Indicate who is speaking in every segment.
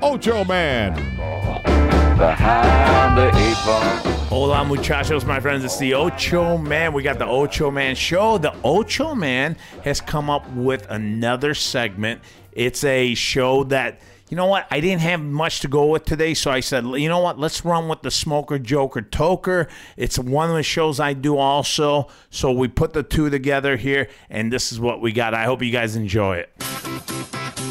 Speaker 1: Ocho Man.
Speaker 2: Behind the eight ball.
Speaker 3: Hola, muchachos, my friends. It's the Ocho Man. We got the Ocho Man show. The Ocho Man has come up with another segment. It's a show that, you know what, I didn't have much to go with today, so I said, you know what, let's run with the Smoker Joker Toker. It's one of the shows I do also. So we put the two together here, and this is what we got. I hope you guys enjoy it.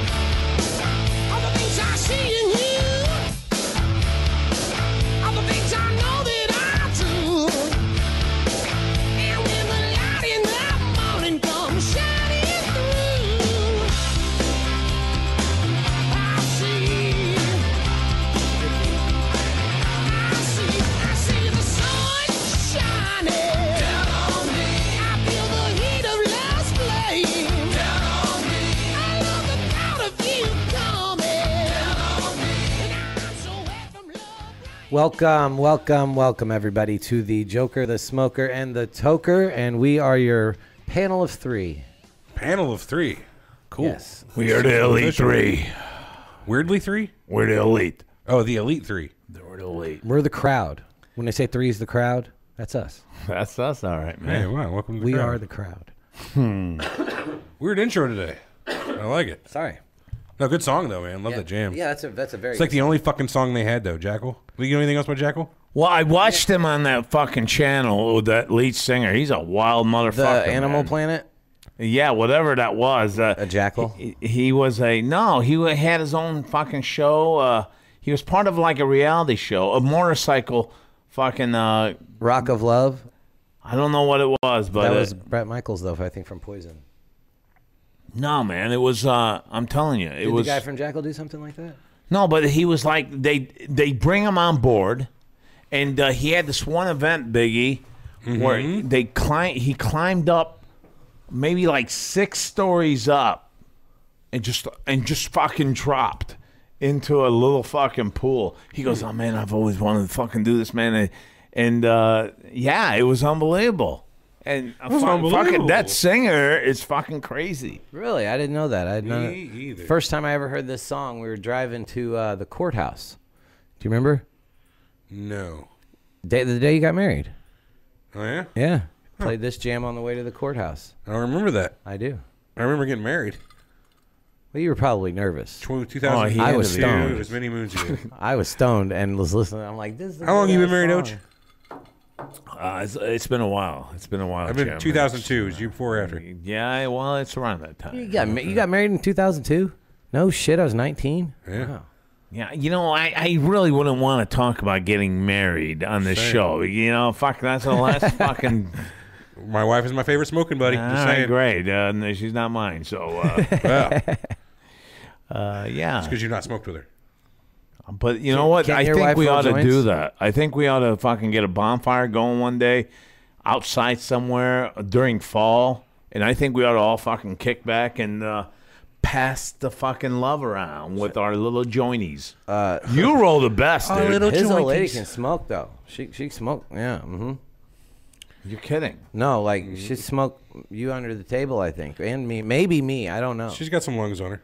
Speaker 4: All the things I see and hear. All the things I know that I do. And when the light in the morning comes shining through, I see. I see. I see the sun shining. Down on me. I feel the heat of love's flame. Down on me. I love the thought of you coming. Down on me. And I'm so wet from love.
Speaker 5: Welcome, welcome, welcome, everybody, to the Joker, the Smoker, and the Toker. And we are your panel of three.
Speaker 6: Panel of three. Cool.
Speaker 5: Yes.
Speaker 3: We are the Elite Three.
Speaker 6: Weirdly three?
Speaker 3: We're the Elite.
Speaker 6: Oh, the Elite Three.
Speaker 3: We're the Elite.
Speaker 5: We're the crowd. When I say three is the crowd, that's us.
Speaker 3: That's us, all right, man.
Speaker 6: Hey, wow. Welcome to the
Speaker 5: We
Speaker 6: crowd.
Speaker 5: are the crowd.
Speaker 6: Weird intro today. I like it.
Speaker 5: Sorry.
Speaker 6: No, good song, though, man. Love that jam.
Speaker 5: Yeah, that's a, that's a very.
Speaker 6: It's like the only fucking song they had, though, Jackal. Do you know anything else about Jackal?
Speaker 3: Well, I watched him on that fucking channel, oh, that lead singer. He's a wild motherfucker.
Speaker 5: the Animal
Speaker 3: man.
Speaker 5: Planet,
Speaker 3: Yeah, whatever that was. Uh,
Speaker 5: a jackal.
Speaker 3: He, he was a no. He wa- had his own fucking show. Uh, he was part of like a reality show, a motorcycle fucking. Uh,
Speaker 5: Rock of Love.
Speaker 3: I don't know what it was, but
Speaker 5: That was
Speaker 3: uh,
Speaker 5: Brett Michaels, though, I think, from Poison.
Speaker 3: no, man. It was. Uh, I'm telling you, it
Speaker 5: Did
Speaker 3: was
Speaker 5: the guy from Jackal do something like that?
Speaker 3: no. But he was like they they bring him on board, and uh, he had this one event, Biggie, where they climb. He climbed up maybe like six stories up, and just and just fucking dropped into a little fucking pool. He goes, "Oh man, I've always wanted to fucking do this, man." And, and uh, yeah, it was unbelievable. And a fu- fucking
Speaker 6: unbelievable.
Speaker 3: that singer is fucking crazy.
Speaker 5: Really? I didn't know that. I didn't
Speaker 6: Me either.
Speaker 5: First time I ever heard this song, we were driving to uh, the courthouse. Do you remember?
Speaker 6: No.
Speaker 5: Day, the day you got married.
Speaker 6: Oh, yeah?
Speaker 5: Yeah. Played this jam on the way to the courthouse.
Speaker 6: I don't remember that.
Speaker 5: I do.
Speaker 6: I remember getting married.
Speaker 5: Well, you were probably nervous.
Speaker 6: Tw- 2000.
Speaker 3: Oh, he
Speaker 5: I was
Speaker 3: had to be-
Speaker 6: Dude, it
Speaker 5: stoned.
Speaker 6: was many moons ago.
Speaker 5: I was stoned and was listening. I'm like, this is the
Speaker 6: How long you been
Speaker 5: good-ass
Speaker 6: married,
Speaker 5: song.
Speaker 6: Oach?
Speaker 3: Uh, it's, it's been a while. It's been a while.
Speaker 6: I've been
Speaker 3: Jim.
Speaker 6: 2002. It was you before or after?
Speaker 3: Yeah, well, it's around that time.
Speaker 5: You got, ma- you got married in 2002? No shit, I was 19.
Speaker 6: Yeah.
Speaker 5: Wow.
Speaker 3: Yeah, you know, I, I really wouldn't want to talk about getting married on this
Speaker 6: Same.
Speaker 3: show. You know, fuck, that's the last fucking.
Speaker 6: My wife is my favorite smoking buddy.
Speaker 3: All
Speaker 6: Just
Speaker 3: right,
Speaker 6: saying.
Speaker 3: great. Uh, no, she's not mine, so uh,
Speaker 6: Because
Speaker 3: uh, yeah.
Speaker 6: you've not smoked with her.
Speaker 3: But you know what?
Speaker 5: Can't
Speaker 3: I
Speaker 5: your
Speaker 3: think
Speaker 5: wife
Speaker 3: we
Speaker 5: roll
Speaker 3: ought to
Speaker 5: joints?
Speaker 3: do that. I think we ought to fucking get a bonfire going one day, outside somewhere during fall, and I think we ought to all fucking kick back and uh, pass the fucking love around with our little joinies. Uh, you roll the best, dude.
Speaker 5: His old lady can smoke, though. She, she smoked. Yeah. Mm-hmm.
Speaker 3: You're kidding.
Speaker 5: No, like,
Speaker 6: Mm-hmm.
Speaker 5: she smoked you under the table, I think. And me. Maybe me. I don't know.
Speaker 6: She's got some lungs on her.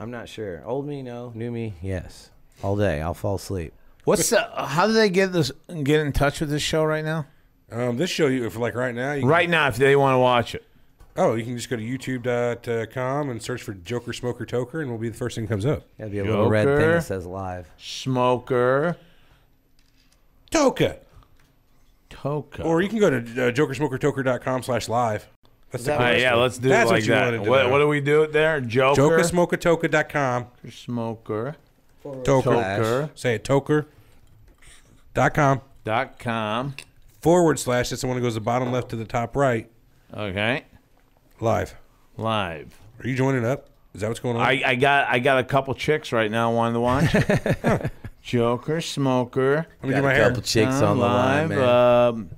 Speaker 5: I'm not sure. Old me, no. New me, yes. All day. I'll fall asleep.
Speaker 3: What's the, how do they get this get in touch with this show right now?
Speaker 6: Um, this show, you if like right now, you can
Speaker 3: Right now, if they want to watch it.
Speaker 6: Oh, you can just go to youtube.com and search for Joker Smoker Toker, and we'll be the first thing that comes up.
Speaker 5: Gotta be a little red thing
Speaker 3: Joker.
Speaker 5: that says live.
Speaker 3: Smoker
Speaker 6: Toka.
Speaker 3: Toka.
Speaker 6: Or you can go to uh, jokersmokertoker.com slash live. That's
Speaker 3: Uh,
Speaker 6: the
Speaker 7: All right,
Speaker 6: coolest
Speaker 7: yeah,
Speaker 6: one.
Speaker 7: let's do
Speaker 6: That's
Speaker 7: it
Speaker 6: what
Speaker 7: like
Speaker 6: you
Speaker 7: that.
Speaker 6: wanted to
Speaker 7: What,
Speaker 6: know.
Speaker 7: what do we do it there? Joker.
Speaker 6: Jokersmokertoker.com.
Speaker 3: smoker.
Speaker 6: Toker.
Speaker 8: Slash.
Speaker 7: Joker.
Speaker 6: Say it, toker.com
Speaker 3: Dot com.
Speaker 6: forward slash. That's the one that goes the bottom left to the top right.
Speaker 7: Okay.
Speaker 6: Live.
Speaker 7: Live.
Speaker 6: Are you joining up? Is that what's going on?
Speaker 3: I, I got I got a couple chicks right now wanting to watch. it. Joker, smoker,
Speaker 6: Let me
Speaker 8: Got
Speaker 6: do my
Speaker 8: a
Speaker 6: hair.
Speaker 8: couple chicks
Speaker 3: I'm
Speaker 8: on the line,
Speaker 3: live.
Speaker 8: man.
Speaker 3: um,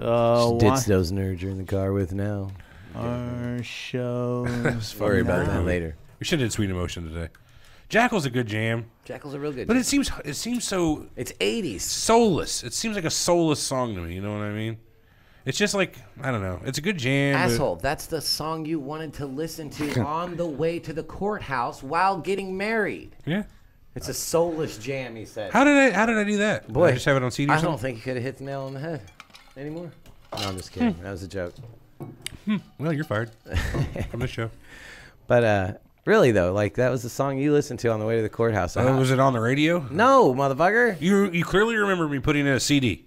Speaker 3: uh,
Speaker 8: Just
Speaker 3: watch
Speaker 8: ditch those nerds you're in the car with now.
Speaker 3: our show.
Speaker 8: Worry about that later.
Speaker 6: we should have did Sweet Emotion today. Jackal's a good jam,
Speaker 8: Jackal's a real good.
Speaker 6: but it seems it seems so
Speaker 8: it's 80s.
Speaker 6: soulless. It seems like a soulless song to me. You know what I mean? It's just like I don't know. It's a good jam. but-
Speaker 5: Asshole, that's the song you wanted to listen to on the way to the courthouse while getting married.
Speaker 6: yeah.
Speaker 8: It's a soulless jam, he said.
Speaker 6: How did I how did I do that? Did
Speaker 8: Boy,
Speaker 6: I just have it on CD. Or
Speaker 8: I don't
Speaker 6: something?
Speaker 8: think you could have hit the nail on the head anymore. No, I'm just kidding. That was a joke.
Speaker 6: Well, you're fired from the show.
Speaker 8: But uh, really, though, like that was the song you listened to on the way to the courthouse.
Speaker 6: Uh, was it on the radio?
Speaker 8: no, motherfucker.
Speaker 6: You you clearly remember me putting in a CD.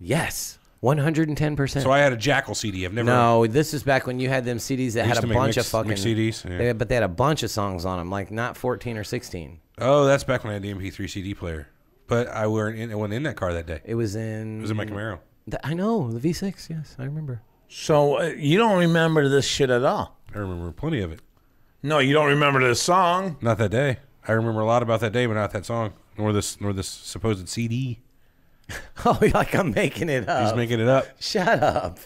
Speaker 8: Yes, 110. percent
Speaker 6: So I had a Jackal CD. I've never.
Speaker 8: No, this is back when you had them CDs that
Speaker 6: used
Speaker 8: had
Speaker 6: to
Speaker 8: a
Speaker 6: make
Speaker 8: bunch
Speaker 6: mix-
Speaker 8: of fucking
Speaker 6: mix CDs, yeah.
Speaker 8: they had- but they had a bunch of songs on them, like not 14 or 16.
Speaker 6: Oh, that's back when I had the MP3 CD player. But I weren't in. I wasn't in that car that day. It
Speaker 8: It was in.
Speaker 6: was in my Camaro.
Speaker 8: the- I know the V6. Yes, I remember.
Speaker 3: so uh, you don't remember this shit at all?
Speaker 6: I remember plenty of it.
Speaker 3: No, you don't remember the song.
Speaker 6: Not that day. I remember a lot about that day, but not that song, nor this, nor this supposed CD.
Speaker 8: Oh, like I'm making it up.
Speaker 6: He's making it up.
Speaker 8: Shut up.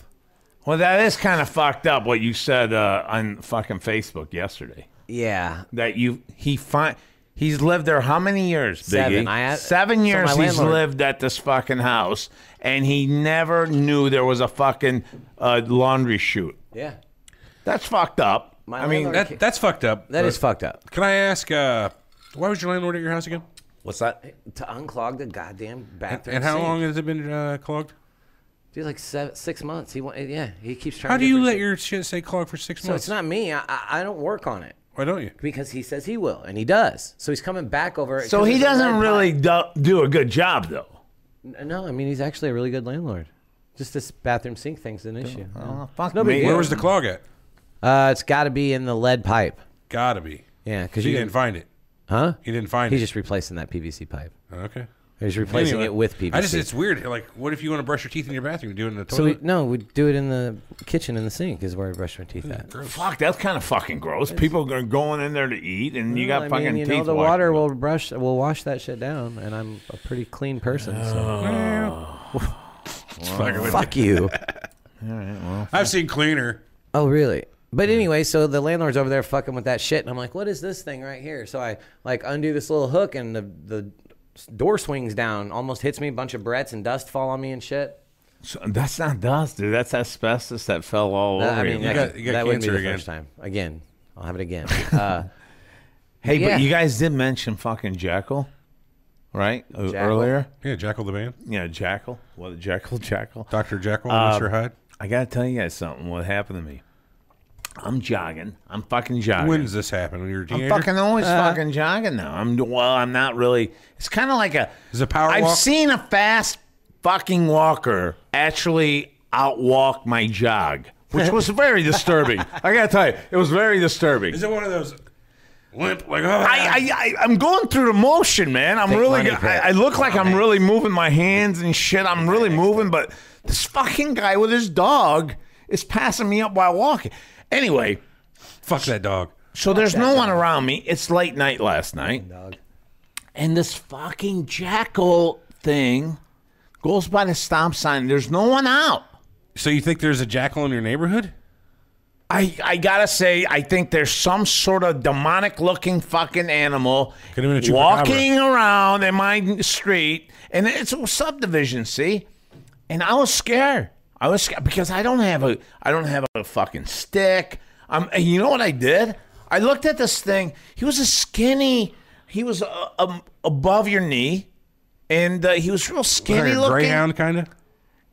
Speaker 3: Well, that is kind of fucked up what you said uh, on fucking Facebook yesterday.
Speaker 8: Yeah,
Speaker 3: That you he find he's lived there how many years? Biggie?
Speaker 8: Seven. I had-
Speaker 3: Seven
Speaker 8: so
Speaker 3: years
Speaker 8: my
Speaker 3: he's
Speaker 8: landlord-
Speaker 3: lived at this fucking house, and he never knew there was a fucking uh, laundry chute.
Speaker 8: yeah.
Speaker 3: That's fucked up.
Speaker 8: My
Speaker 3: I mean,
Speaker 8: landlord-
Speaker 6: That that's fucked up.
Speaker 8: That is fucked up.
Speaker 6: Can I ask? Uh, why was your landlord at your house again?
Speaker 3: what's that?
Speaker 8: To unclog the goddamn bathroom.
Speaker 6: And how
Speaker 8: sink.
Speaker 6: long has it been uh, clogged?
Speaker 8: Dude, like seven, six months. He went. Yeah, he keeps trying.
Speaker 6: How
Speaker 8: to
Speaker 6: do you
Speaker 8: different
Speaker 6: let
Speaker 8: shit.
Speaker 6: your shit stay clogged for six
Speaker 8: So
Speaker 6: months?
Speaker 8: it's not me. I, I I don't work on it
Speaker 6: Why don't you?
Speaker 8: because he says he will, and he does. So he's coming back over. it
Speaker 3: So
Speaker 8: 'cause
Speaker 3: he
Speaker 8: it's a red
Speaker 3: doesn't
Speaker 8: tide.
Speaker 3: really do, do a good job though.
Speaker 8: N- No, I mean he's actually a really good landlord. Just this bathroom sink thing's an issue.
Speaker 3: Oh, fuck
Speaker 8: No big
Speaker 3: me.
Speaker 8: deal.
Speaker 6: Where was the clog at?
Speaker 8: Uh, it's got to be in the lead pipe.
Speaker 6: Gotta be.
Speaker 8: Yeah, because
Speaker 6: He
Speaker 8: you
Speaker 6: didn't
Speaker 8: can,
Speaker 6: find it.
Speaker 8: huh?
Speaker 6: He didn't find
Speaker 8: He's
Speaker 6: it.
Speaker 8: just replacing that PVC pipe.
Speaker 6: okay.
Speaker 8: He's replacing
Speaker 6: Anyway,
Speaker 8: it with PVC.
Speaker 6: I just it's weird. Like, what if you want to brush your teeth in your bathroom? You do it in the
Speaker 8: so we,
Speaker 6: toilet.
Speaker 8: no, we do it in the kitchen in the sink is where I brush my teeth at.
Speaker 3: Fuck, that's kind of fucking gross. People are going in there to eat, and you got
Speaker 8: Well, I
Speaker 3: fucking
Speaker 8: mean, you
Speaker 3: teeth
Speaker 8: know, the
Speaker 3: washed.
Speaker 8: water will brush will wash that shit down, and I'm a pretty clean person. So
Speaker 6: Fuck it with
Speaker 8: Oh. fuck you.
Speaker 6: it. I've seen cleaner.
Speaker 8: Oh, really? But anyway, so the landlord's over there fucking with that shit, and I'm like, "What is this thing right here?" So I like undo this little hook, and the the s- door swings down, almost hits me. A bunch of Brett's and dust fall on me and shit.
Speaker 3: So- that's not dust, dude. That's asbestos that fell all
Speaker 8: That-
Speaker 3: over
Speaker 8: I mean,
Speaker 3: you.
Speaker 8: that,
Speaker 6: got- you got
Speaker 8: that wouldn't be
Speaker 6: cancer
Speaker 8: the
Speaker 6: again.
Speaker 8: first time. Again, I'll have it again. Uh,
Speaker 3: Hey,
Speaker 8: Yeah.
Speaker 3: but you guys did mention fucking Jackal, right? Uh,
Speaker 8: Jackal.
Speaker 3: Earlier,
Speaker 6: Yeah, Jackal the band.
Speaker 3: yeah, Jackal. What Jackal? Jackal.
Speaker 6: Dr. Jackal,
Speaker 8: Um,
Speaker 6: Mr. Hyde.
Speaker 3: I gotta tell you guys something. What happened to me? I'm jogging. I'm fucking jogging.
Speaker 6: When Uh-huh. does this happen? When you're a
Speaker 3: I'm
Speaker 6: teenager?
Speaker 3: fucking always fucking jogging now. I'm well. I'm not really. It's kind of like a.
Speaker 6: Is it power
Speaker 3: I've
Speaker 6: walk?
Speaker 3: seen a fast fucking walker actually outwalk my jog, which was very disturbing. I gotta tell you, it was very disturbing.
Speaker 6: Is it one of those limp like? ah?
Speaker 3: I, I, I, I'm going through the motion, man. I'm really,
Speaker 8: money,
Speaker 3: go-
Speaker 8: Pat.
Speaker 3: I, I look like I'm really moving my hands and shit. I'm really moving, but this fucking guy with his dog is passing me up while walking. Anyway,
Speaker 6: fuck that dog.
Speaker 3: so there's no one around me. It's late night last night. And this fucking jackal thing goes by the stop sign. There's no one out.
Speaker 6: So you think there's a jackal in your neighborhood?
Speaker 3: I, I gotta say, I think there's some sort of demonic looking fucking animal
Speaker 6: Could have been a chupacabra.
Speaker 3: walking around in my street, and it's a subdivision, see? And I was scared. I was scared because I don't have a I don't have a fucking stick. Um, and you know what I did? I looked at this thing. He was a skinny. He was uh, um, above your knee, and uh, he was real skinny
Speaker 6: Like a
Speaker 3: looking
Speaker 6: greyhound kind of.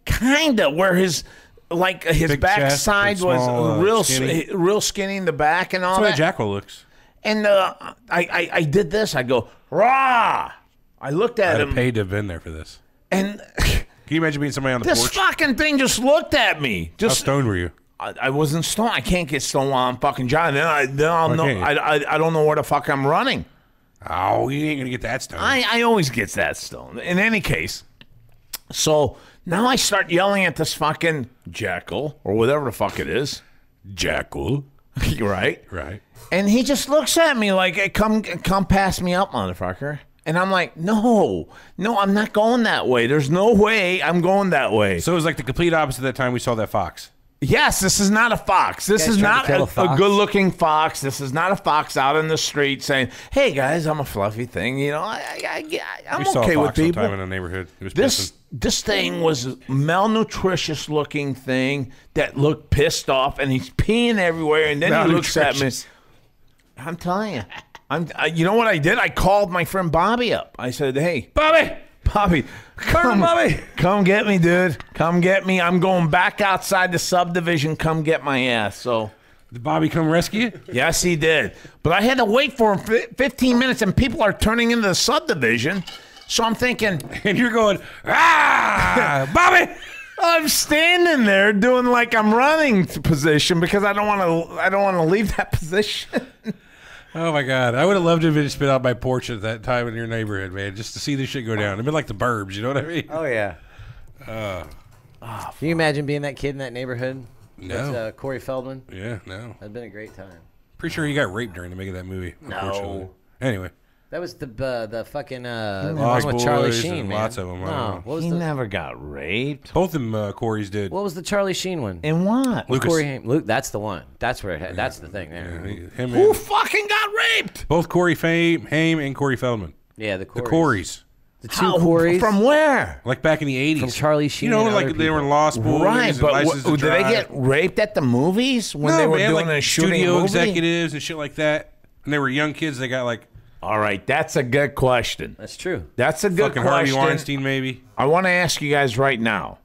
Speaker 3: kind of where his like his
Speaker 6: Big chest,
Speaker 3: backside
Speaker 6: but
Speaker 3: was
Speaker 6: small, uh,
Speaker 3: real
Speaker 6: skinny.
Speaker 3: skinny. real skinny in the back and all
Speaker 6: That's what a
Speaker 3: that.
Speaker 6: jackal looks.
Speaker 3: and uh, I, I I did this. I go rah. I looked at
Speaker 6: I'd
Speaker 3: him
Speaker 6: have paid to have been there for this.
Speaker 3: And
Speaker 6: Can you imagine being somebody on the
Speaker 3: this
Speaker 6: porch?
Speaker 3: fucking thing just looked at me.
Speaker 6: How
Speaker 3: Just
Speaker 6: stoned were you?
Speaker 3: I, I wasn't stoned. I can't get stoned while I'm fucking driving. Then I then I'll know
Speaker 6: Okay.
Speaker 3: I, I I don't know where the fuck I'm running.
Speaker 6: Oh, you ain't gonna get that stoned.
Speaker 3: I, I always get that stoned. In any case, so now I start yelling at this fucking jackal or whatever the fuck it is, jackal, right?
Speaker 6: right.
Speaker 3: And he just looks at me like, hey, "Come, come, pass me up, motherfucker." And I'm like, "No, no, I'm not going that way. There's no way I'm going that way."
Speaker 6: So it was like the complete opposite of that time we saw that fox.
Speaker 3: Yes, this is not a fox. This
Speaker 8: Guys
Speaker 3: is
Speaker 8: trying to
Speaker 3: not
Speaker 8: kill
Speaker 3: a,
Speaker 8: a fox.
Speaker 3: good looking fox. This is not a fox out in the street saying, "Hey guys, I'm a fluffy thing." You know, I, I, I,
Speaker 6: We
Speaker 3: I'm
Speaker 6: saw
Speaker 3: okay
Speaker 6: a
Speaker 3: with
Speaker 6: fox
Speaker 3: people.
Speaker 6: sometime in the neighborhood. It was
Speaker 3: This
Speaker 6: pissing.
Speaker 3: this thing was a malnutritious looking thing that looked pissed off, and he's peeing everywhere. And then he looks at me.
Speaker 6: Malnutritious.
Speaker 3: I'm telling you, I'm. I, you know what I did? I called my friend Bobby up. I said, "Hey,
Speaker 6: Bobby.
Speaker 3: Bobby, come,
Speaker 6: Bobby.
Speaker 3: come get me, dude. Come get me. I'm going back outside the subdivision. Come get my ass." So.
Speaker 6: Did Bobby come rescue you?
Speaker 3: Yes, he did. But I had to wait for him fi 15 minutes, and people are turning into the subdivision. So I'm thinking,
Speaker 6: and you're going, ah, Bobby.
Speaker 3: I'm standing there doing like I'm running th- position because I don't want to. I don't want to leave that position.
Speaker 6: Oh my God! I would have loved to have been spit out my porch at that time in your neighborhood, man, just to see this shit go down. It'd been like the Burbs, you know what I mean?
Speaker 8: Oh yeah. Can you imagine being that kid in that neighborhood? No. With, uh, Corey Feldman.
Speaker 6: Yeah, no.
Speaker 8: That'd been a great time.
Speaker 6: Pretty sure he got raped during the making of that movie. Unfortunately. Anyway,
Speaker 8: That was the uh, the fucking uh, the
Speaker 6: Lost
Speaker 8: one with Charlie
Speaker 6: Boys
Speaker 8: Sheen,
Speaker 6: and
Speaker 8: man.
Speaker 6: lots of 'em, I don't know.
Speaker 8: No, what was
Speaker 3: He
Speaker 8: the
Speaker 3: never got raped.
Speaker 6: both of them uh, Corey's did.
Speaker 8: what was the Charlie Sheen one?
Speaker 3: And what?
Speaker 6: Lucas,
Speaker 8: Corey Haim. Luke, that's the one. That's where it. had- That's the thing there.
Speaker 6: he- him
Speaker 3: Who
Speaker 6: and,
Speaker 3: fucking got raped?
Speaker 6: both Corey Fame, Haim, and Corey Feldman.
Speaker 8: Yeah, the
Speaker 6: The
Speaker 8: Corey.
Speaker 6: Corys,
Speaker 8: The two Corys.
Speaker 3: From where?
Speaker 6: like back in the eighties,
Speaker 8: From Charlie Sheen
Speaker 6: You know,
Speaker 8: and
Speaker 6: like
Speaker 8: other
Speaker 6: they were in Lost Boys,
Speaker 3: Right,
Speaker 6: and
Speaker 3: but
Speaker 6: License
Speaker 3: wh-
Speaker 6: to
Speaker 3: did they
Speaker 6: Drive.
Speaker 3: get raped at the movies when
Speaker 6: no,
Speaker 3: they were
Speaker 6: man,
Speaker 3: doing
Speaker 6: like
Speaker 3: a shooting
Speaker 6: studio
Speaker 3: movie?
Speaker 6: executives and shit like that? And they were young kids. They got like
Speaker 3: All right, that's a good question.
Speaker 8: That's true.
Speaker 3: That's a good
Speaker 6: fucking Harvey
Speaker 3: question.
Speaker 6: Weinstein, maybe.
Speaker 3: I want to ask you guys right now.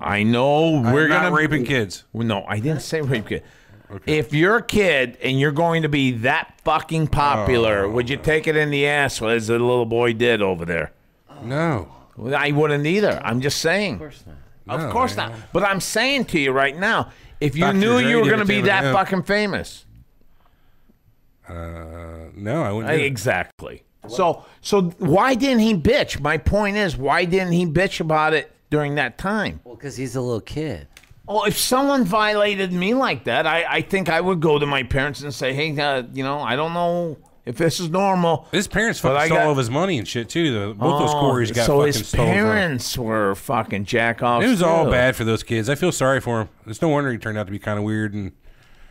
Speaker 3: I know we're
Speaker 6: We're not
Speaker 3: gonna
Speaker 6: raping kids.
Speaker 3: Well, No, I didn't say rape kid. If you're a kid and you're going to be that fucking popular, would you take it in the ass as the little boy did over there?
Speaker 6: No.
Speaker 3: Well, I wouldn't either. I'm just saying. Of course not.
Speaker 6: No,
Speaker 3: Of course
Speaker 6: I-
Speaker 3: not. But I'm saying to you right now, if you
Speaker 6: Dr.
Speaker 3: knew
Speaker 6: Dre
Speaker 3: you were
Speaker 6: did
Speaker 3: going to
Speaker 6: it
Speaker 3: be
Speaker 6: to
Speaker 3: that
Speaker 6: him.
Speaker 3: fucking famous,
Speaker 6: Uh, no, I wouldn't.
Speaker 3: I-
Speaker 6: do that.
Speaker 3: exactly. So, so why didn't he bitch? My point is, why didn't he bitch about it during that time?
Speaker 8: Well, because he's a little kid.
Speaker 3: Well, Oh, if someone violated me like that, I, I think I would go to my parents and say, hey, uh, you know, I don't know if this is normal.
Speaker 6: His parents
Speaker 3: But
Speaker 6: fucking
Speaker 3: I
Speaker 6: stole
Speaker 3: got- Oh,
Speaker 6: all of his money and shit too. The, both those Corys got
Speaker 3: so
Speaker 6: fucking
Speaker 3: his
Speaker 6: stolen from him.
Speaker 3: parents were fucking jack offs.
Speaker 6: It was all
Speaker 3: too.
Speaker 6: bad for those kids. I feel sorry for him. It's no wonder he turned out to be kind of weird. And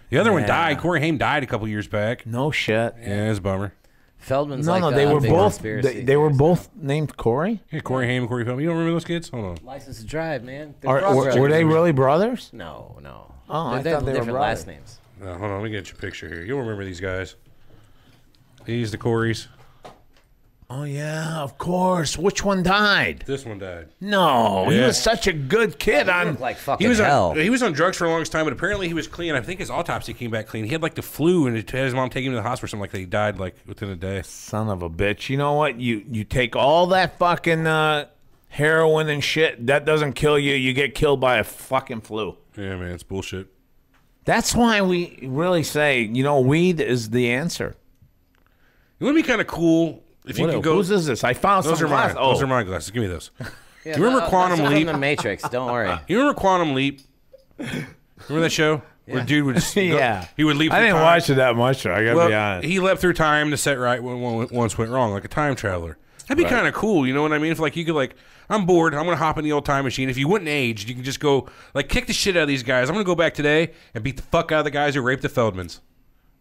Speaker 6: the other one
Speaker 3: Yeah.
Speaker 6: died. Corey Haim died a couple years back.
Speaker 3: No shit.
Speaker 6: Yeah, it's a bummer.
Speaker 8: Feldman's
Speaker 3: No,
Speaker 8: like
Speaker 3: no,
Speaker 8: the
Speaker 3: they
Speaker 8: uh,
Speaker 3: were
Speaker 8: big
Speaker 3: both
Speaker 8: conspiracy
Speaker 3: they, they were both
Speaker 8: theorist.
Speaker 3: named Corey.
Speaker 6: Yeah, Corey Haim, Corey Feldman. You don't remember those kids? Hold on.
Speaker 8: License to drive, man. They're
Speaker 3: Are, were,
Speaker 8: cross
Speaker 3: were
Speaker 8: drivers.
Speaker 3: they really brothers?
Speaker 8: No, no.
Speaker 3: Oh, I
Speaker 8: they're,
Speaker 3: thought they were
Speaker 8: different last
Speaker 3: brothers.
Speaker 8: names.
Speaker 6: No, hold on. Let me get your picture here. You'll remember these guys. These the Corys.
Speaker 3: Oh yeah, of course. Which one died?
Speaker 6: This one died.
Speaker 3: No, he
Speaker 6: Yeah.
Speaker 3: was such a good kid. On
Speaker 8: Look like fucking
Speaker 6: He was
Speaker 8: hell.
Speaker 6: on, he was on drugs for a long time, but apparently he was clean. I think his autopsy came back clean. He had like the flu, and it had his mom take him to the hospital. or Something like that. He died like within a day.
Speaker 3: son of a bitch. You know what? You you take all that fucking uh, heroin and shit. That doesn't kill you. You get killed by a fucking flu.
Speaker 6: Yeah, man, it's bullshit.
Speaker 3: That's why we really say, you know, weed is the answer.
Speaker 6: It would be kind of cool if you
Speaker 3: What
Speaker 6: could
Speaker 3: else?
Speaker 6: go.
Speaker 3: Whose is this? I found
Speaker 6: Those are
Speaker 3: some
Speaker 6: mine.
Speaker 3: last- Oh,
Speaker 6: Those are my glasses. Give me those.
Speaker 8: Yeah,
Speaker 6: Do you remember
Speaker 8: no,
Speaker 6: Quantum
Speaker 8: that's
Speaker 6: Leap?
Speaker 8: From the Matrix. Don't worry.
Speaker 6: You remember Quantum Leap? Remember that show where dude would just go-
Speaker 3: yeah.
Speaker 6: he would leap.
Speaker 3: I
Speaker 6: through
Speaker 3: didn't
Speaker 6: time.
Speaker 3: watch it that much. I gotta be
Speaker 6: Well,
Speaker 3: honest.
Speaker 6: he leapt through time to set right what one- once went wrong, like a time traveler. That'd be kind of cool, you know what I mean? If like you could like, I'm bored, I'm gonna hop in the old time machine. If you wouldn't age, you can just go like kick the shit out of these guys. I'm gonna go back today and beat the fuck out of the guys who raped the Feldmans.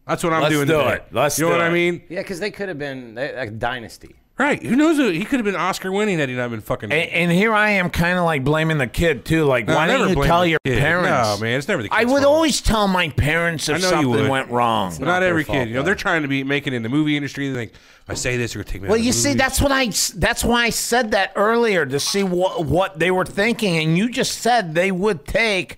Speaker 6: That's what I'm
Speaker 3: Let's
Speaker 6: doing
Speaker 3: do
Speaker 6: today.
Speaker 3: it. Let's
Speaker 6: you know
Speaker 3: do
Speaker 6: what I
Speaker 3: it.
Speaker 6: mean?
Speaker 8: Yeah, because they could have been they, like dynasty.
Speaker 6: Right? Who knows? Who, he could have been Oscar winning had he not been fucking.
Speaker 3: and, and here I am, kind of like blaming the kid too. Like,
Speaker 6: No,
Speaker 3: why
Speaker 6: never
Speaker 3: didn't you
Speaker 6: blame
Speaker 3: tell
Speaker 6: the
Speaker 3: your
Speaker 6: kid.
Speaker 3: parents?
Speaker 6: No, man, it's never the
Speaker 3: I
Speaker 6: kid's
Speaker 3: would
Speaker 6: fault.
Speaker 3: always tell my parents
Speaker 6: I
Speaker 3: if
Speaker 6: know you
Speaker 3: something
Speaker 6: would.
Speaker 3: went wrong.
Speaker 6: But not every kid. You know, they're trying to be making it in the movie industry. They think if I say this, you're gonna take me. out
Speaker 3: Well,
Speaker 6: of the
Speaker 3: you see,
Speaker 6: movie."
Speaker 3: that's what I. That's why I said that earlier to see what what they were thinking, and you just said they would take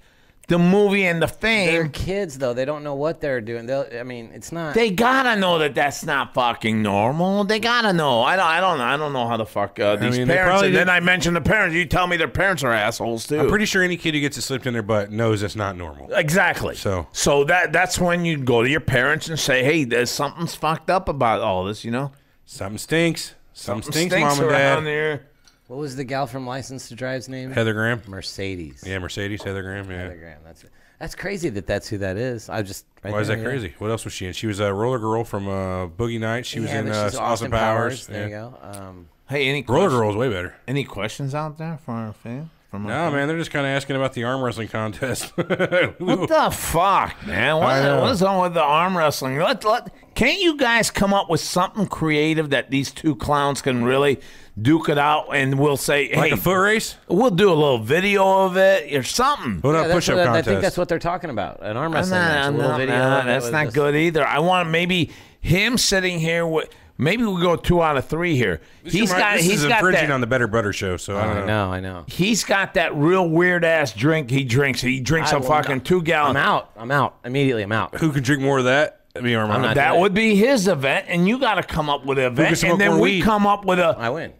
Speaker 3: the movie and the
Speaker 8: They're
Speaker 3: fame,
Speaker 8: kids though. They don't know what they're doing. They'll, I mean, it's not.
Speaker 3: they gotta know that that's not fucking normal. They gotta know. I don't. I don't. I don't know how the fuck uh, these
Speaker 6: mean, they
Speaker 3: parents.
Speaker 6: probably
Speaker 3: And then
Speaker 6: did-
Speaker 3: I mention the parents. You tell me their parents are assholes too.
Speaker 6: I'm pretty sure any kid who gets it slipped in their butt knows it's not normal.
Speaker 3: Exactly.
Speaker 6: So-
Speaker 3: so that that's when you go to your parents and say, "Hey, there's something's fucked up about all this," you know.
Speaker 6: Something stinks. Something, stinks,
Speaker 3: Stinks
Speaker 6: mom
Speaker 3: around
Speaker 6: and dad.
Speaker 3: there.
Speaker 8: What was the gal from License to Drive's name?
Speaker 6: Heather Graham.
Speaker 8: Mercedes.
Speaker 6: Yeah, Mercedes Heather Graham. Yeah.
Speaker 8: Heather Graham. That's it. That's crazy that that's who that is. I just. right
Speaker 6: Why is
Speaker 8: there,
Speaker 6: that
Speaker 8: yeah.
Speaker 6: crazy? What else was she in? She was a roller girl from uh, Boogie Nights. She was
Speaker 8: Yeah,
Speaker 6: in
Speaker 8: but
Speaker 6: uh,
Speaker 8: she's
Speaker 6: Austin,
Speaker 8: Austin
Speaker 6: Powers.
Speaker 8: There
Speaker 6: Yeah.
Speaker 8: you go. Um,
Speaker 3: Hey, any
Speaker 6: Roller
Speaker 3: question-
Speaker 6: Girl's way better.
Speaker 3: Any questions out there for our fan? From our
Speaker 6: No, man, they're just kind of asking about the arm wrestling contest.
Speaker 3: What the fuck, man? What, what is on with the arm wrestling? Let, let, can't you guys come up with something creative that these two clowns can really duke it out? And we'll say, hey,
Speaker 6: like a foot race?
Speaker 3: we'll do a little video of it or something.
Speaker 6: What
Speaker 8: yeah,
Speaker 6: about
Speaker 8: that's
Speaker 6: push up
Speaker 8: what- I
Speaker 6: contest?
Speaker 8: think that's what they're talking about. An arm
Speaker 3: I'm
Speaker 8: wrestling
Speaker 3: not-
Speaker 8: match. A
Speaker 3: I'm
Speaker 8: little
Speaker 3: not-
Speaker 8: video.
Speaker 3: nah,
Speaker 8: of it
Speaker 3: that's
Speaker 8: with
Speaker 3: not
Speaker 8: this-
Speaker 3: good either. I want maybe him sitting here with. Maybe we go two out of three here.
Speaker 6: This
Speaker 3: he's
Speaker 6: remi-
Speaker 3: got.
Speaker 6: This
Speaker 3: He's
Speaker 6: is
Speaker 3: got
Speaker 6: infringing
Speaker 3: that.
Speaker 6: on the Better Butter show, so I
Speaker 8: I
Speaker 6: don't know.
Speaker 8: know. I know.
Speaker 3: he's got that real weird ass drink. He drinks. He drinks
Speaker 8: I
Speaker 3: a
Speaker 8: will
Speaker 3: fucking
Speaker 8: not-
Speaker 3: two gallon.
Speaker 8: I'm out. I'm out immedially. I'm out.
Speaker 6: Who can drink more of that? Me or
Speaker 8: not
Speaker 6: Armand?
Speaker 3: Uh, That
Speaker 8: Right.
Speaker 3: would be his event, and you got to come up with an
Speaker 6: can
Speaker 3: event,
Speaker 6: smoke
Speaker 3: and then
Speaker 6: more
Speaker 3: we
Speaker 6: weed?
Speaker 3: come up with a.
Speaker 8: I win.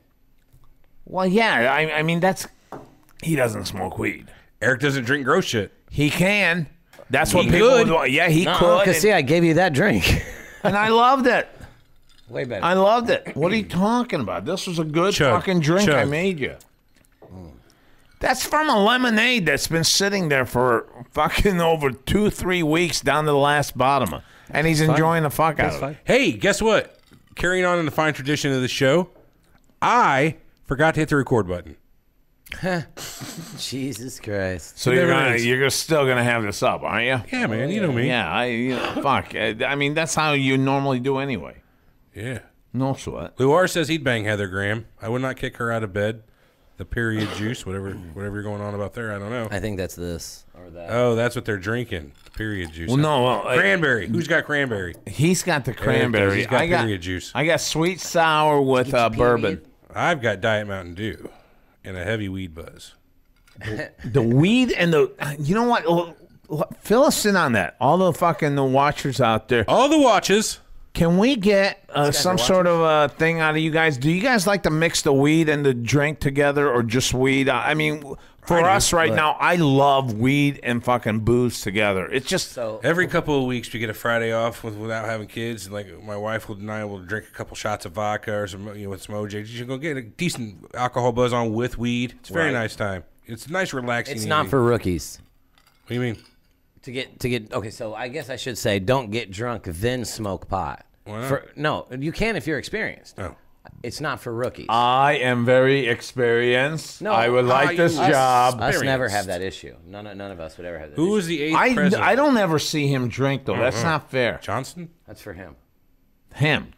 Speaker 3: Well, yeah, I, I mean that's he doesn't smoke weed.
Speaker 6: Eric doesn't drink gross shit.
Speaker 3: He can. That's what
Speaker 6: He
Speaker 3: people
Speaker 6: could.
Speaker 3: would want. Yeah, he
Speaker 8: Because
Speaker 3: could. And,
Speaker 8: Uh, see, I gave you that drink.
Speaker 3: and I loved it.
Speaker 8: Way better.
Speaker 3: I loved it. What are you talking about? This was a good
Speaker 6: Chug.
Speaker 3: fucking drink I
Speaker 6: Chug.
Speaker 3: made you. That's from a lemonade that's been sitting there for fucking over two, three weeks down to the last bottom, and he's enjoying the fuck out of it.
Speaker 6: Hey, guess what? Carrying on in the fine tradition of the show, I forgot to hit the record button.
Speaker 8: Jesus Christ.
Speaker 3: So
Speaker 6: It
Speaker 3: you're
Speaker 6: never
Speaker 3: gonna,
Speaker 6: is.
Speaker 3: you're gonna- still gonna have this up, aren't you?
Speaker 6: Yeah, man, you know me.
Speaker 3: Yeah, I you know, fuck. I, I mean, that's how you normally do anyway.
Speaker 6: yeah.
Speaker 3: No sweat.
Speaker 6: Luar says he'd bang Heather Graham. I would not kick her out of bed. The period juice, whatever, whatever you're going on about there, I don't know.
Speaker 8: I think that's this or that.
Speaker 6: Oh, that's what they're drinking. Period juice.
Speaker 3: Well, no, well, I-
Speaker 6: Cranberry. Who's got cranberry?
Speaker 3: He's got the cranberry.
Speaker 6: He's got
Speaker 3: I got
Speaker 6: period juice.
Speaker 3: I got sweet sour with uh, bourbon.
Speaker 6: I've got Diet Mountain Dew and a heavy weed buzz.
Speaker 3: The weed and the uh, you know what? L- l- Fill us in on that. All the fucking the watchers out there.
Speaker 6: All the watches.
Speaker 3: Can we get uh, some sort of uh, thing out of you guys? Do you guys like to mix the weed and the drink together, or just weed? Uh, I I mean, for us right now, I love weed and fucking booze together. It's just
Speaker 8: So
Speaker 6: Every couple of weeks, we get a Friday off with, without having kids. and, Like my wife will and I will drink a couple shots of vodka or some, you know, with some OJ. She'll go get a decent alcohol buzz on with weed. It's a very nice time. It's a nice, relaxing.
Speaker 8: it's not
Speaker 6: evening.
Speaker 8: for rookies.
Speaker 6: What do you mean?
Speaker 8: To get to get okay, so I guess I should say don't get drunk then smoke pot.
Speaker 6: Why not?
Speaker 8: For, no, you can if you're experienced.
Speaker 6: Oh.
Speaker 8: It's not for rookies.
Speaker 6: Ah,
Speaker 3: I am very experienced.
Speaker 8: No,
Speaker 3: I would
Speaker 6: I-
Speaker 3: like this
Speaker 6: I-
Speaker 3: job.
Speaker 8: us never
Speaker 6: experienced.
Speaker 8: have that issue. None of, none of us would ever have that.
Speaker 6: Who
Speaker 8: issue.
Speaker 6: was the eighth
Speaker 3: I,
Speaker 6: president?
Speaker 3: I don't ever see him drink though. That's not fair.
Speaker 6: Johnson.
Speaker 8: That's for him.
Speaker 3: Him,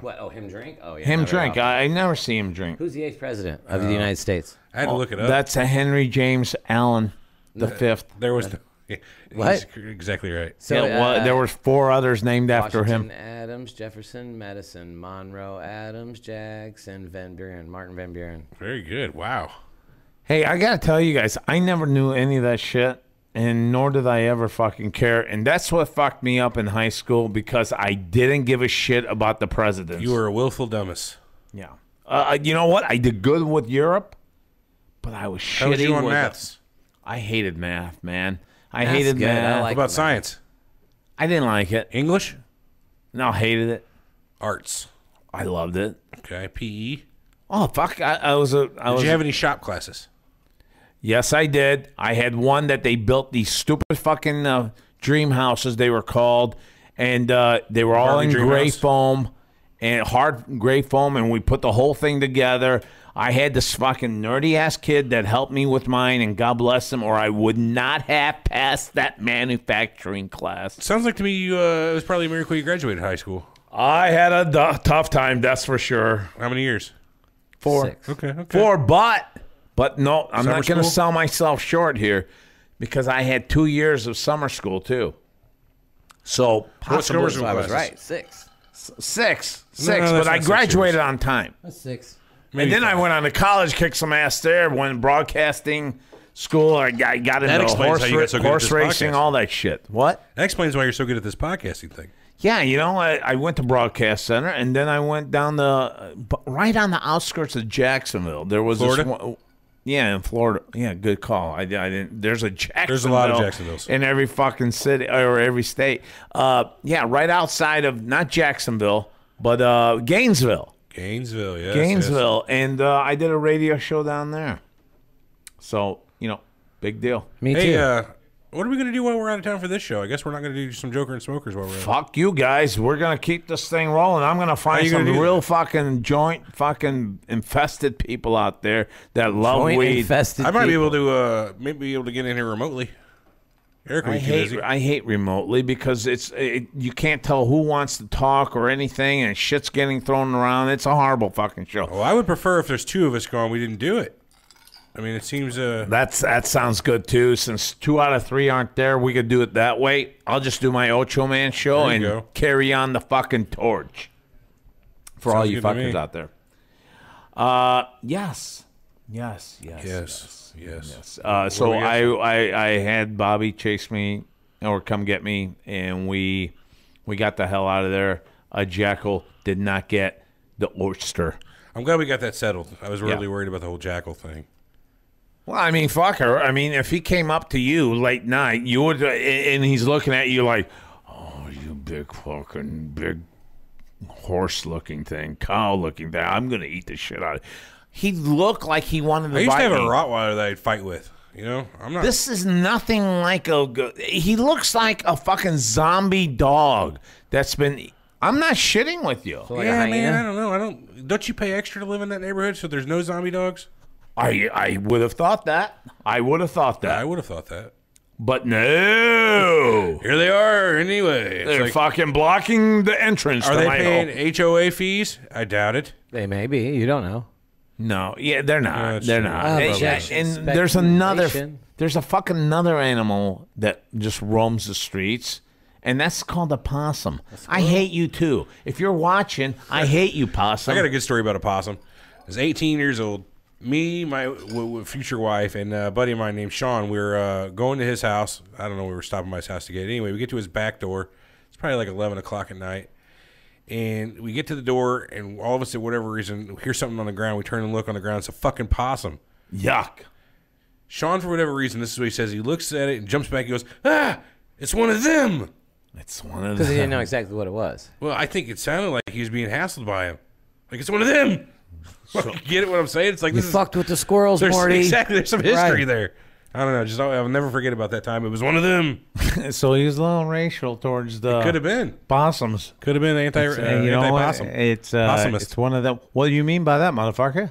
Speaker 8: What? Oh, him drink? Oh yeah.
Speaker 3: him
Speaker 8: not very
Speaker 3: drink.
Speaker 8: often.
Speaker 3: I, I never see him drink.
Speaker 8: Who's the eighth president of
Speaker 3: Uh,
Speaker 8: the United States?
Speaker 6: I had to look it up.
Speaker 3: That's a Henry James Allen the fifth.
Speaker 6: there was no. Yeah,
Speaker 8: What?
Speaker 6: he's exactly right.
Speaker 8: So
Speaker 3: It wa-
Speaker 8: uh,
Speaker 3: there were four others named after him.
Speaker 8: Washington, Adams, Jefferson, Madison, Monroe, Adams, Jackson, Van Buren, Martin Van Buren.
Speaker 6: Very good. Wow.
Speaker 3: Hey, I gotta tell you guys, I never knew any of that shit, and nor did I ever fucking care. And that's what fucked me up in high school because I didn't give a shit about the presidents.
Speaker 6: You were a willful dumbass.
Speaker 3: Yeah. Uh, you know what? I did good with Europe, but I was
Speaker 6: How
Speaker 3: shitty
Speaker 6: was you on
Speaker 3: with
Speaker 6: maths?
Speaker 3: I hated math, man. I
Speaker 8: Math's
Speaker 3: hated
Speaker 8: good. I
Speaker 3: math. I,
Speaker 6: What
Speaker 8: like-
Speaker 6: about science?
Speaker 3: didn't like it.
Speaker 6: English?
Speaker 3: No, I hated it.
Speaker 6: Arts.
Speaker 3: I loved it.
Speaker 6: Okay. PE.
Speaker 3: Oh fuck! I, I was a. I was
Speaker 6: Did you have any shop classes?
Speaker 3: Yes, I did. I had one that they built these stupid fucking uh, dream houses. They were called, and uh, they were all
Speaker 6: Barbie
Speaker 3: in
Speaker 6: dream
Speaker 3: gray
Speaker 6: house?
Speaker 3: foam and hard gray foam, and we put the whole thing together. I had this fucking nerdy ass kid that helped me with mine, and God bless him, or I would not have passed that manufacturing class.
Speaker 6: Sounds like to me you, uh, it was probably a miracle you graduated high school.
Speaker 3: I had a du- tough time, that's for sure.
Speaker 6: How many years?
Speaker 3: Four.
Speaker 8: Six.
Speaker 6: Okay, okay.
Speaker 3: Four, but but no, I'm
Speaker 6: Summer
Speaker 3: not going to
Speaker 6: school?
Speaker 3: sell myself short here because I had two years of summer school too. So possibly
Speaker 6: summer school
Speaker 3: I was
Speaker 6: classes?
Speaker 3: right.
Speaker 8: Right, six.
Speaker 3: Six, six,
Speaker 6: no, that's
Speaker 3: but I
Speaker 6: not six
Speaker 3: graduated
Speaker 6: years.
Speaker 3: on time,
Speaker 8: That's six.
Speaker 3: and then I went on to college, kicked some ass there, went broadcasting, school. I got, I got into
Speaker 6: explains
Speaker 3: horse,
Speaker 6: how you got
Speaker 3: ra-
Speaker 6: so good at
Speaker 3: horse
Speaker 6: this
Speaker 3: racing,
Speaker 6: podcasting.
Speaker 3: all that shit. What?
Speaker 6: That explains why you're so good at this podcasting thing.
Speaker 3: Yeah, you know, I, I went to Broadcast Center, and then I went down the bu- right on the outskirts of Jacksonville. There was
Speaker 6: Florida?
Speaker 3: This one, yeah, in Florida. Yeah, good call. I, I didn't. There's a Jacksonville.
Speaker 6: a lot of Jacksonvilles.
Speaker 3: in every fucking city or every state. Uh, yeah, right outside of not Jacksonville, but uh, Gainesville.
Speaker 6: Gainesville, yes. yes.
Speaker 3: Gainesville, and uh, I did a radio show down there. So you know, big deal.
Speaker 8: Me
Speaker 6: Hey,
Speaker 8: too.
Speaker 6: uh, what are we gonna do while we're out of town for this show? I guess we're not gonna do some Joker and Smokers while we're out.
Speaker 3: Fuck you guys. We're gonna keep this thing rolling. I'm gonna find
Speaker 6: you gonna
Speaker 3: some
Speaker 6: do
Speaker 3: real fucking joint fucking infested people out there that love
Speaker 8: Joint
Speaker 3: weed.
Speaker 8: infested
Speaker 6: I might be
Speaker 8: people.
Speaker 6: able to, uh, maybe be able to get in here remotely. Eric,
Speaker 3: I
Speaker 6: we
Speaker 3: hate I hate remotely because it's it, you can't tell who wants to talk or anything, and shit's getting thrown around. It's a horrible fucking show.
Speaker 6: Well, I would prefer if there's two of us going, we didn't do it. I mean, it seems uh,
Speaker 3: That's that sounds good too. Since two out of three aren't there, we could do it that way. I'll just do my Ocho Man show
Speaker 6: There
Speaker 3: and
Speaker 6: you go.
Speaker 3: carry on the fucking torch for all
Speaker 6: Sounds
Speaker 3: you
Speaker 6: good to me.
Speaker 3: fuckers out there. Uh, yes, yes, yes,
Speaker 6: yes, yes,
Speaker 3: yes. Uh, so
Speaker 6: What do we
Speaker 3: I, I I had Bobby chase me or come get me, and we we got the hell out of there. A jackal did not get the oyster.
Speaker 6: I'm glad we got that settled. I was really
Speaker 3: Yeah.
Speaker 6: worried about the whole jackal thing.
Speaker 3: Well, I mean, fuck her. I mean, if he came up to you late night, you would, uh, and he's looking at you like, "Oh, you big fucking big horse-looking thing, cow-looking thing. I'm gonna eat the shit out of." He'd look like he wanted to
Speaker 6: I used to
Speaker 3: bite
Speaker 6: have a
Speaker 3: me.
Speaker 6: Rottweiler that I'd fight with. You know, I'm not.
Speaker 3: This is nothing like a. go- He looks like a fucking zombie dog that's been. I'm not shitting with you.
Speaker 8: like
Speaker 6: yeah,
Speaker 8: a
Speaker 6: man. I
Speaker 8: hyena.
Speaker 6: don't know. I don't. Don't you pay extra to live in that neighborhood so there's no zombie dogs?
Speaker 3: I I would have thought that. I would have thought
Speaker 6: I
Speaker 3: that.
Speaker 6: would have thought that.
Speaker 3: But no.
Speaker 6: Here they are anyway. It's
Speaker 3: They're
Speaker 6: like,
Speaker 3: fucking blocking the entrance.
Speaker 6: are
Speaker 3: to
Speaker 6: they
Speaker 3: my home.
Speaker 6: paying HOA fees? I doubt it.
Speaker 8: They may be. You don't know.
Speaker 3: No, yeah, they're
Speaker 6: Yeah,
Speaker 3: not.
Speaker 6: it's
Speaker 3: they're
Speaker 6: true.
Speaker 3: not.
Speaker 6: Oh,
Speaker 3: And-
Speaker 8: objection,
Speaker 3: and there's another.
Speaker 8: speculation.
Speaker 3: There's a fucking another animal that just roams the streets, and that's called a possum. I hate you too. If you're watching, I hate you, possum.
Speaker 6: I got a good story about a possum. I was 18 years old. Me, my w- w- future wife, and a buddy of mine named Sean, we were uh, going to his house. I don't know, we were stopping by his house to get it. Anyway, we get to his back door. It's probably like 11 o'clock at night. And we get to the door, and all of us, at whatever reason, hear something on the ground. We turn and look on the ground. It's a fucking possum.
Speaker 3: Yuck.
Speaker 6: Sean, for whatever reason, this is what he says. He looks at it and jumps back. He goes, Ah, it's one of them.
Speaker 3: It's one of
Speaker 8: Because he
Speaker 3: the.
Speaker 8: didn't know exactly what it was.
Speaker 6: Well, I think it sounded like he was being hassled by him. Like, it's one of them. get it what I'm saying? It's like,
Speaker 8: You
Speaker 6: this is
Speaker 8: fucked with the squirrels,
Speaker 6: There's
Speaker 8: Morty.
Speaker 6: exactly there's some history
Speaker 8: Right.
Speaker 6: there. I don't know. Just I'll, I'll never forget about that time. It was one of them.
Speaker 3: So he was a little racial towards the
Speaker 6: Could have been.
Speaker 3: possums.
Speaker 6: Could have been anti. Uh,
Speaker 3: And you know what?
Speaker 6: anti-possum.
Speaker 3: It's uh,
Speaker 6: Possumist.
Speaker 3: it's one of them. What do you mean by that, motherfucker?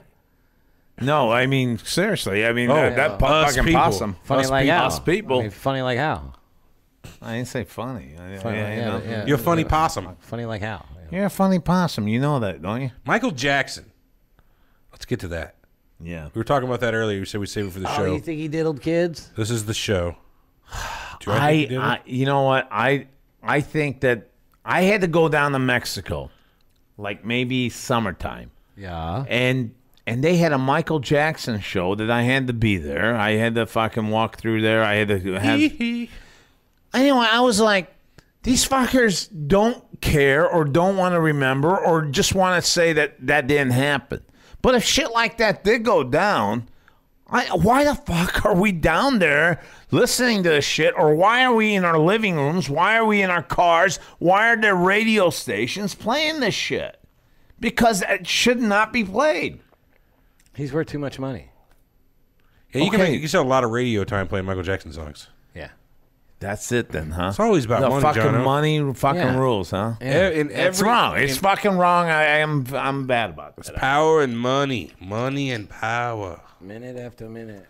Speaker 3: No, I mean seriously. I mean
Speaker 6: Oh,
Speaker 3: uh, that po-
Speaker 6: us
Speaker 3: fucking
Speaker 6: people.
Speaker 3: possum.
Speaker 8: Funny
Speaker 3: Us
Speaker 8: like
Speaker 3: people.
Speaker 8: how.
Speaker 3: Us people.
Speaker 8: I mean, funny like how.
Speaker 3: I didn't say funny. I,
Speaker 8: Funny,
Speaker 3: I- I
Speaker 8: yeah,
Speaker 3: know.
Speaker 8: yeah.
Speaker 6: You're a funny possum,
Speaker 8: Funny like how.
Speaker 3: You're a funny possum. You know that, don't you?
Speaker 6: Michael Jackson. Let's get to that.
Speaker 3: Yeah.
Speaker 6: We were talking about that earlier. We said we save it for the
Speaker 8: Oh,
Speaker 6: show.
Speaker 8: you think he diddled kids?
Speaker 6: this is the show. Do I,
Speaker 3: I,
Speaker 6: think you did it?
Speaker 3: I, you know what? I, I think that I had to go down to Mexico, like maybe summertime,
Speaker 8: Yeah.
Speaker 3: and and they had a Michael Jackson show that I had to be there. I had to fucking walk through there. I had to have. anyway, I was like, these fuckers don't care or don't want to remember or just want to say that that didn't happen. But if shit like that did go down, I, why the fuck are we down there listening to this shit? Or why are we in our living rooms? Why are we in our cars? Why are there radio stations playing this shit? Because it should not be played.
Speaker 8: He's worth too much money.
Speaker 6: Yeah, you can
Speaker 3: okay.
Speaker 6: make, you sell a lot of radio time playing Michael Jackson songs.
Speaker 8: Yeah.
Speaker 3: That's it then, huh? It's
Speaker 6: always about
Speaker 3: the
Speaker 6: money,
Speaker 3: fucking
Speaker 6: Jono.
Speaker 3: money, fucking
Speaker 8: Yeah.
Speaker 3: rules, huh?
Speaker 6: E- in
Speaker 3: It's
Speaker 6: every-
Speaker 3: wrong. It's
Speaker 6: in
Speaker 3: fucking wrong. I am I'm bad about this.
Speaker 6: power and money, money and power.
Speaker 8: Minute after minute.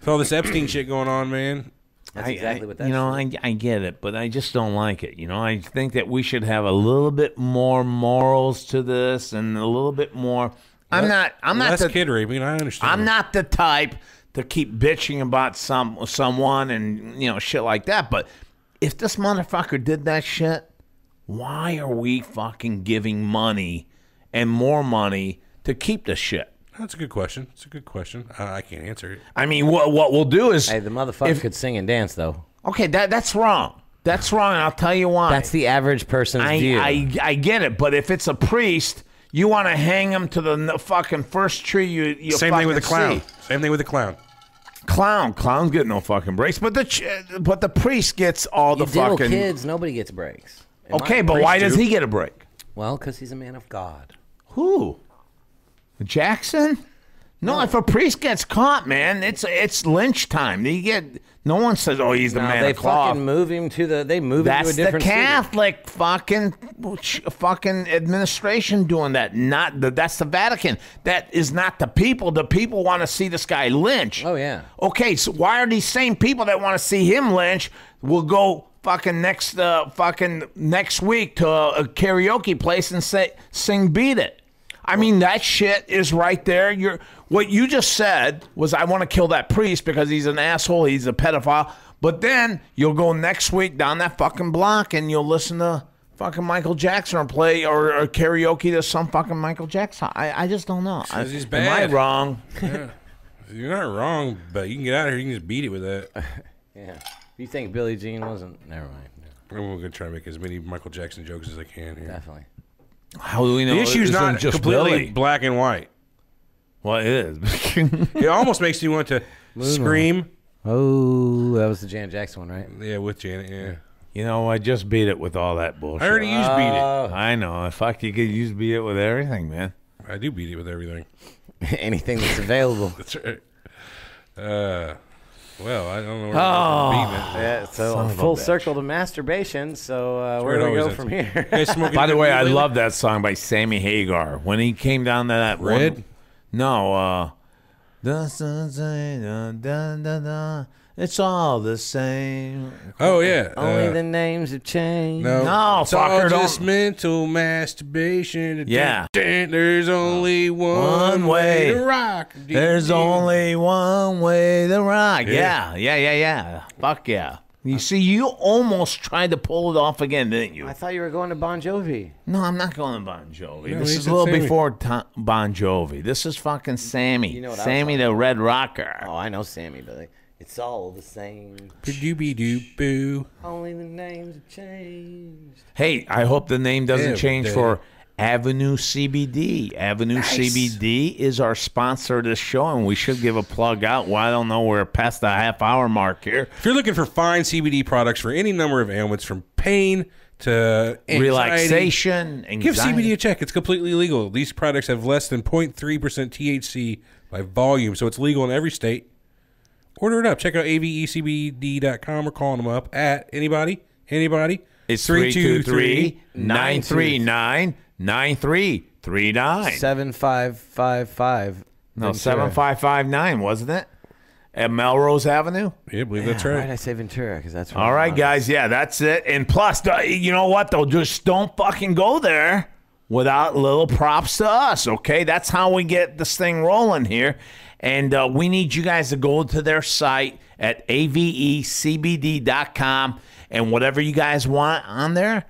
Speaker 6: With all this Epstein shit going on, man.
Speaker 8: That's exactly what that's
Speaker 3: You know, I, I get it, but I just don't like it. You know, I think that we should have a little bit more morals to this and a little bit more. I'm not. I'm not.
Speaker 6: Less
Speaker 3: The,
Speaker 6: kid raping. I understand.
Speaker 3: I'm not the type to keep bitching about some someone and you know shit like that. But if this motherfucker did that shit, why are we fucking giving money and more money to keep this shit?
Speaker 6: That's a good question. It's a good question. Uh, I can't answer it.
Speaker 3: I mean, what what we'll do is
Speaker 8: Hey, the motherfucker
Speaker 3: If-
Speaker 8: could sing and dance though.
Speaker 3: okay. That that's wrong. That's wrong. and I'll tell you why.
Speaker 8: That's the average person's
Speaker 3: I,
Speaker 8: view.
Speaker 3: I I get it, but if it's a priest, you want to hang him to the n- fucking first tree you you
Speaker 6: Same thing with the
Speaker 3: fucking
Speaker 6: clown.
Speaker 3: see.
Speaker 6: Same thing with the clown.
Speaker 3: Clown, clowns get no fucking breaks, but the ch- but the priest gets all
Speaker 8: you
Speaker 3: the
Speaker 8: deal with
Speaker 3: fucking
Speaker 8: kids, nobody gets breaks. And
Speaker 3: Okay,
Speaker 8: my-
Speaker 3: but why does
Speaker 6: do.
Speaker 3: he get a break?
Speaker 8: well, because he's a man of God.
Speaker 3: Who? Jackson? No, if a priest gets caught, man, it's it's lynch time. You get no one says, "Oh, he's the
Speaker 8: No,
Speaker 3: man
Speaker 8: they
Speaker 3: of cloth."
Speaker 8: fucking move him to the. They move him to a
Speaker 3: That's the
Speaker 8: different city.
Speaker 3: Catholic fucking fucking administration doing that. Not the, that's the Vatican. That is not the people. The people want to see this guy lynch.
Speaker 8: Oh, yeah.
Speaker 3: Okay, so why are these same people that want to see him lynch will go fucking next uh, fucking next week to a, a karaoke place and say sing beat it. I mean that shit is right there. You're what you just said was I want to kill that priest because he's an asshole, he's a pedophile. But then you'll go next week down that fucking block and you'll listen to fucking Michael Jackson or play or, or karaoke to some fucking Michael Jackson. I, I just don't know. I,
Speaker 6: he's
Speaker 3: Am
Speaker 6: bad.
Speaker 3: I wrong?
Speaker 6: You're not wrong, but you can get out of here. You can just beat it with that.
Speaker 8: Yeah. You think Billie Jean wasn't? Never mind. No,
Speaker 6: I'm gonna try to make as many Michael Jackson jokes as I can here.
Speaker 8: definitely.
Speaker 3: How do we know?
Speaker 6: The issue's
Speaker 3: it isn't
Speaker 6: not completely
Speaker 3: Billy?
Speaker 6: black and white.
Speaker 3: Well, it is.
Speaker 6: It almost makes you want to scream.
Speaker 8: Oh, that was the Janet Jackson one, right?
Speaker 6: Yeah, with Janet. Yeah,
Speaker 3: you know, I just beat it with all that bullshit. Uh,
Speaker 6: I already used beat
Speaker 3: I know. Fuck, you could use beat it with everything, man.
Speaker 6: it. I do beat it with everything.
Speaker 8: Anything that's available.
Speaker 6: That's right. Uh, well, I don't know where I'm beating it.
Speaker 8: yeah. So full circle to masturbation. So uh,
Speaker 6: where it
Speaker 8: where do we go
Speaker 6: always
Speaker 8: from
Speaker 6: ends.
Speaker 8: here?
Speaker 6: You guys smoking
Speaker 3: By the way,
Speaker 6: weed
Speaker 3: I
Speaker 6: lately?
Speaker 3: love that song by Sammy Hagar. When he came down to that one-
Speaker 6: Red?
Speaker 3: no, uh, "The sun's a- da, da, da, da, it's all the same.
Speaker 6: Oh yeah.
Speaker 8: Only
Speaker 6: uh,
Speaker 8: the names have changed.
Speaker 6: No,
Speaker 3: No,
Speaker 6: it's all
Speaker 3: fucker, don't-
Speaker 6: just mental masturbation.
Speaker 3: Yeah.
Speaker 6: Dun, dun, there's only one,
Speaker 3: One
Speaker 6: way.
Speaker 3: way.
Speaker 6: to rock.
Speaker 3: There's
Speaker 6: Dun, dun.
Speaker 3: only one way to rock.
Speaker 6: Yeah.
Speaker 3: Yeah, yeah, yeah, yeah. Fuck yeah. You see, you almost tried to pull it off again, didn't you?
Speaker 8: I thought you were going to Bon Jovi.
Speaker 3: No, I'm not going to Bon Jovi.
Speaker 6: No,
Speaker 3: this
Speaker 6: he
Speaker 3: is a
Speaker 6: said
Speaker 3: little
Speaker 6: Sammy.
Speaker 3: before Tom, Bon Jovi. This is fucking Sammy.
Speaker 8: know what I was
Speaker 3: Sammy the Red Rocker.
Speaker 8: Oh, I know Sammy, but like, it's all the same.
Speaker 6: Doobie doo boo.
Speaker 8: Only the names have changed.
Speaker 3: Hey, I hope the name doesn't
Speaker 6: Yeah,
Speaker 3: change
Speaker 6: they-
Speaker 3: for Avenue CBD. Avenue CBD is our sponsor of this show, and we should give a plug out. Well, I don't know. We're past the half hour mark here.
Speaker 6: If you're looking for fine CBD products for any number of ailments, from pain to anxiety,
Speaker 3: Relaxation, anxiety.
Speaker 6: give CBD a check. It's completely legal. These products have less than 0.3% THC by volume, so it's legal in every state. Order it up. Check out E avecbd.com or calling them up at anybody, anybody.
Speaker 3: It's
Speaker 6: 323
Speaker 3: 323 939 9339.
Speaker 8: Seven five five five.
Speaker 3: No, 7559, wasn't it? At Melrose Avenue?
Speaker 6: Yeah, I believe that's right.
Speaker 8: Why did I say Ventura? Because that's
Speaker 3: All right, guys. Yeah, that's it. And plus, uh, you know what? Though, just don't fucking go there without little props to us. Okay, that's how we get this thing rolling here. And uh, we need you guys to go to their site at E avecbd.com and whatever you guys want on there.